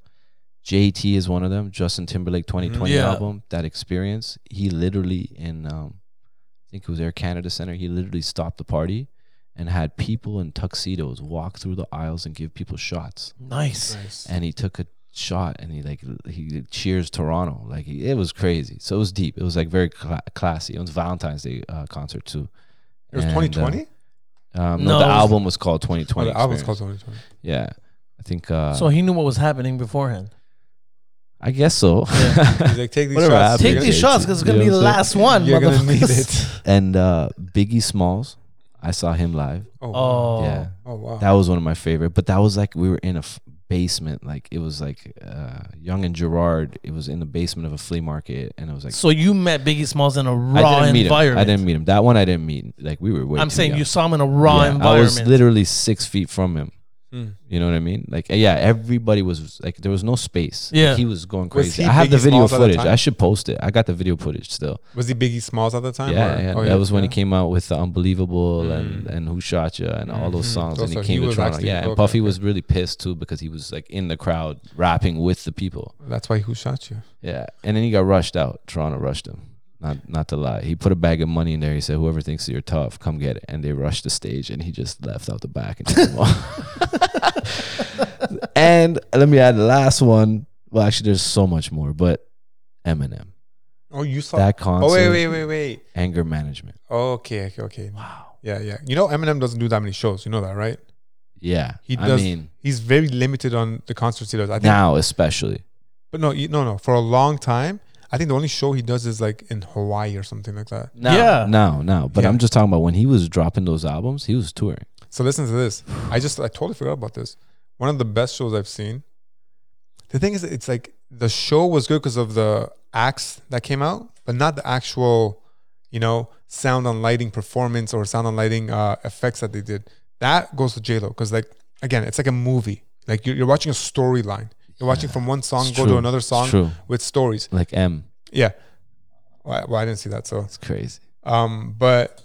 S3: jt is one of them justin timberlake 2020
S1: Yeah.
S3: album that experience he literally in um, i think it was air canada center he literally stopped the party and had people in tuxedos walk through the aisles and give people shots.
S1: Nice.
S3: And he took a shot and he like he cheers Toronto. Like he, it was crazy. So it was deep. It was like very cla classy. It was Valentine's Day uh, concert too.
S2: It was
S3: And, uh,
S2: 2020.
S3: Um,
S1: No,
S3: no,
S1: it
S3: the
S1: was-
S3: album was called 2020.
S2: Oh, the album's
S3: Experience.
S2: called 2020.
S3: Yeah, I think. Uh,
S1: So he knew what was happening beforehand.
S3: I guess so.
S2: He's like, take these
S3: Whatever
S2: shots.
S3: happened.
S1: Take
S2: You're
S3: Yeah.
S1: these shots because it's gonna
S3: Yeah,
S1: be the
S3: so
S1: last one.
S2: gonna- You're gonna
S1: motherfuckers.
S2: need it.
S3: and uh, Biggie Smalls, I saw him live.
S2: Oh, wow.
S1: Oh,
S3: Yeah.
S2: oh wow.
S3: That was one of my favorite. But that was like we were in a f- basement. Like it was like uh, Young and Gerard. It was in the basement of a flea market, and it was like
S1: so you met Biggie Smalls in a raw
S3: I didn't meet him.
S1: environment.
S3: I didn't meet him. That one I didn't meet. Like we were. Way
S1: I'm
S3: too
S1: saying
S3: young.
S1: you saw him in a raw
S3: Yeah, I was
S1: environment.
S3: literally six feet from him.
S2: Mm.
S3: You know what I mean? Like yeah, everybody was like there was no space. Like,
S1: Yeah.
S3: he was going
S2: Was
S3: crazy.
S2: he
S3: I have the
S2: Biggie
S3: video
S2: Smalls at the
S3: footage.
S2: time?
S3: I should post it. I got the video footage still.
S2: Was he Biggie Smalls at the time?
S3: Yeah,
S2: or-
S3: yeah.
S2: oh,
S3: that was when
S2: yeah.
S3: he came out with the Unbelievable and
S2: Mm.
S3: and Who Shot Ya and all those
S2: Mhm.
S3: songs, and
S2: Also,
S3: he
S2: he
S3: came to
S2: was
S3: Toronto.
S2: actually-
S3: Yeah, and
S2: okay,
S3: Puffy
S2: okay.
S3: was really pissed too because he was like in the crowd rapping with the people.
S2: That's why Who Shot You?
S3: Yeah, and then he got rushed out. Toronto rushed him. Not not to lie, he put a bag of money in there. He said, "Whoever thinks you're tough, come get it." And they rushed the stage, and he just left out the back and took them all. and let me add the last one. Well, actually, there's so much more, but Eminem,
S2: Oh, you saw.
S3: that concert,
S2: oh, wait, wait, wait, wait.
S3: anger management.
S2: Oh, okay, okay, okay.
S3: Wow.
S2: Yeah, yeah. You know, Eminem doesn't do that many shows. You know that, right?
S3: Yeah,
S2: He
S3: I
S2: does-
S3: mean,
S2: He's very limited on the concerts he does. I think,
S3: now especially.
S2: but no, you, no, no. For a long time, I think the only show he does is like in Hawaii or something like that.
S3: Now,
S1: Yeah.
S3: now, now. But
S2: Yeah.
S3: I'm just talking about when he was dropping those albums, he was touring.
S2: So listen to this. I just I totally forgot about this. One of the best shows I've seen. The thing is, it's like the show was good because of the acts that came out, but not the actual, you know, sound and lighting performance or sound and lighting uh, effects that they did. That goes to J Lo because, like, again, it's like a movie. Like you're, you're watching a storyline. You're watching from one song
S3: It's
S2: go
S3: true.
S2: to another
S3: It's
S2: song
S3: true.
S2: with stories.
S3: Like M,
S2: Yeah. Well, I, well, I didn't see that. So
S3: it's crazy.
S2: um, but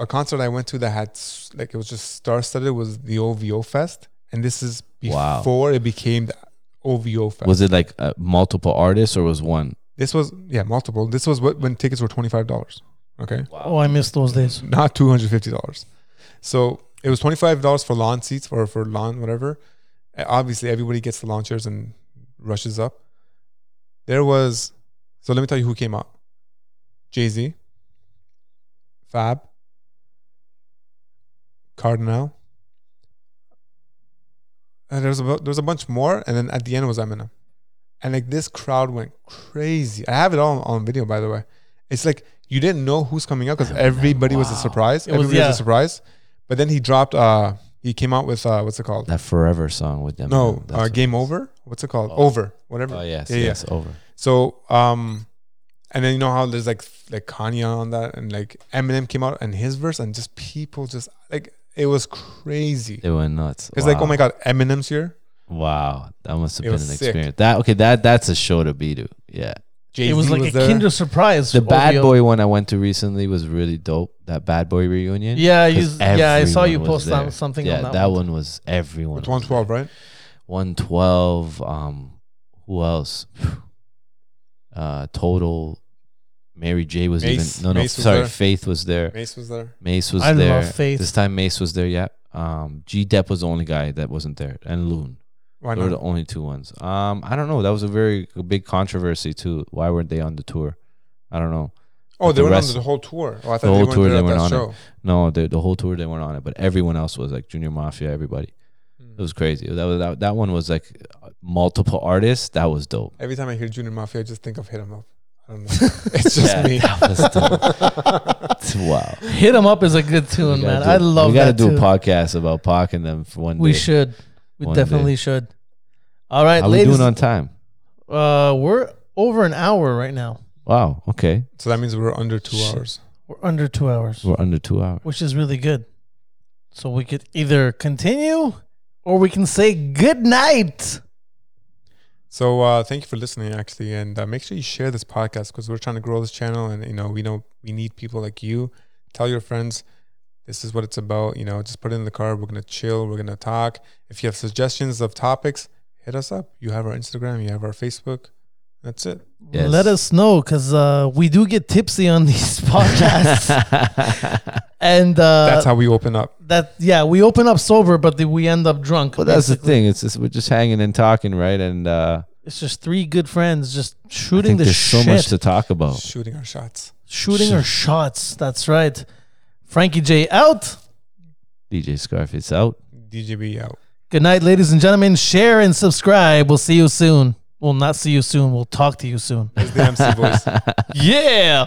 S2: a concert I went to that had s- like it was just star studded was the OVO Fest, and this is
S3: Wow.
S2: before it became the OVO Fest.
S3: Was it like uh, multiple artists or was one?
S2: This was yeah multiple. This was what when tickets were twenty five dollars. Okay,
S1: oh, I missed those days.
S2: not two hundred fifty dollars. So it was twenty five dollars for lawn seats or for lawn whatever. Uh, Obviously, everybody gets the lawn chairs and rushes up. There was so let me tell you who came out: Jay Z, Fab, Cardinal. And there's a bu- there's a bunch more, and then at the end was Eminem, and like this crowd went crazy. I have it all on video, by the way. It's like you didn't know who's coming out because everybody was a
S3: wow.
S2: surprise.
S1: It was-
S2: everybody was,
S1: yeah.
S2: a surprise, but then he dropped uh He came out with uh, what's it called?
S3: That forever song with them.
S2: no,
S3: That's
S2: uh,
S3: what-
S2: game over. What's it called?
S3: Oh.
S2: Over, whatever.
S3: Oh yes,
S2: Yeah, yeah.
S3: yes, over.
S2: So, um, and then you know how there's like like Kanye on that, and like Eminem came out and his verse, and just people just like it was crazy.
S3: They were nuts.
S2: It's like, oh my god, Eminem's here.
S3: Wow, that must have
S2: It
S3: been
S2: was
S3: an
S2: sick.
S3: experience. That okay? That that's a show to be to. Yeah,
S2: Jay-Z
S1: it was like a
S2: there.
S1: kinder surprise.
S3: the Bad
S1: audio.
S3: Boy one I went to recently was really dope. That Bad Boy reunion.
S1: Yeah, you,
S3: 'Cause
S1: yeah, I saw you
S3: everyone was
S1: post on
S3: there.
S1: something
S3: Yeah,
S1: on that.
S3: that
S1: one.
S3: one was everyone.
S2: It's 112, right?
S3: One twelve. Um, who else? Uh, total. Mary J was
S2: Mace-
S3: even no no
S2: Mace was
S3: sorry
S2: there.
S3: Faith was there.
S2: Mace was there.
S3: Mace was
S1: I love
S3: there.
S1: Faith.
S3: This time Mace was there. Yeah. Um, G Dep was the only guy that wasn't there, and Loon.
S2: Why
S3: They were
S2: not?
S3: the only two ones. Um, I don't know. That was a very big controversy too. Why weren't they on the tour? I don't know.
S2: Oh,
S3: But
S2: they
S3: the
S2: were on
S3: rest-
S2: the whole tour. Oh, I thought
S3: whole
S2: they weren't
S3: tour
S2: there
S3: they
S2: at
S3: weren't
S2: that
S3: on it.
S2: show.
S3: No, the the whole tour they weren't on it, but everyone else was like Junior Mafia, everybody.
S1: Hmm.
S3: It was crazy. That was that, that one was like multiple artists. That was dope.
S2: Every time I hear Junior Mafia, I just think of Hit 'Em Up. I don't know. It's just
S3: Yeah,
S2: me.
S3: That was dope. wow.
S1: Hit 'em up is a good
S3: We
S1: tune, man.
S3: gotta do-
S1: I love
S3: We gotta
S1: that
S3: do
S1: tune.
S3: a podcast about Pac and them for one
S1: we
S3: day.
S1: should. We
S3: One
S1: definitely
S3: day.
S1: should. All right,
S3: How we
S1: ladies.
S3: doing on time?
S1: uh, we're over an hour right now.
S3: Wow. Okay.
S2: So that means we're under two
S3: Shit.
S2: hours.
S1: We're under two hours,
S3: We're under two hours.
S1: which is really good. So we could either continue or we can say good night.
S2: So uh, thank you for listening, actually, and uh, make sure you share this podcast because we're trying to grow this channel, and you know we know we need people like you. Tell your friends this is what it's about. You know, just put it in the car. We're gonna chill. We're gonna talk. If you have suggestions of topics, hit us up. You have our Instagram. You have our Facebook. That's it.
S3: Yes.
S1: Let us know because uh, we do get tipsy on these podcasts, and uh,
S2: That's how we open up.
S1: that yeah, we open up sober, but then we end up drunk.
S3: Well, that's the
S1: basically.
S3: thing. It's just, we're just hanging and talking, right? And uh,
S1: It's just three good friends just
S3: I
S1: shooting
S3: think
S1: the
S3: there's
S1: shit,
S3: so much to talk about.
S2: Shooting our shots.
S1: shooting our shots. That's right. Frankie J out.
S3: DJ Scarface out.
S2: DJB out.
S1: Good night, ladies and gentlemen. Share and subscribe. We'll see you soon. We'll not see you soon. We'll talk to you soon.
S2: There's the MC voice.
S1: yeah.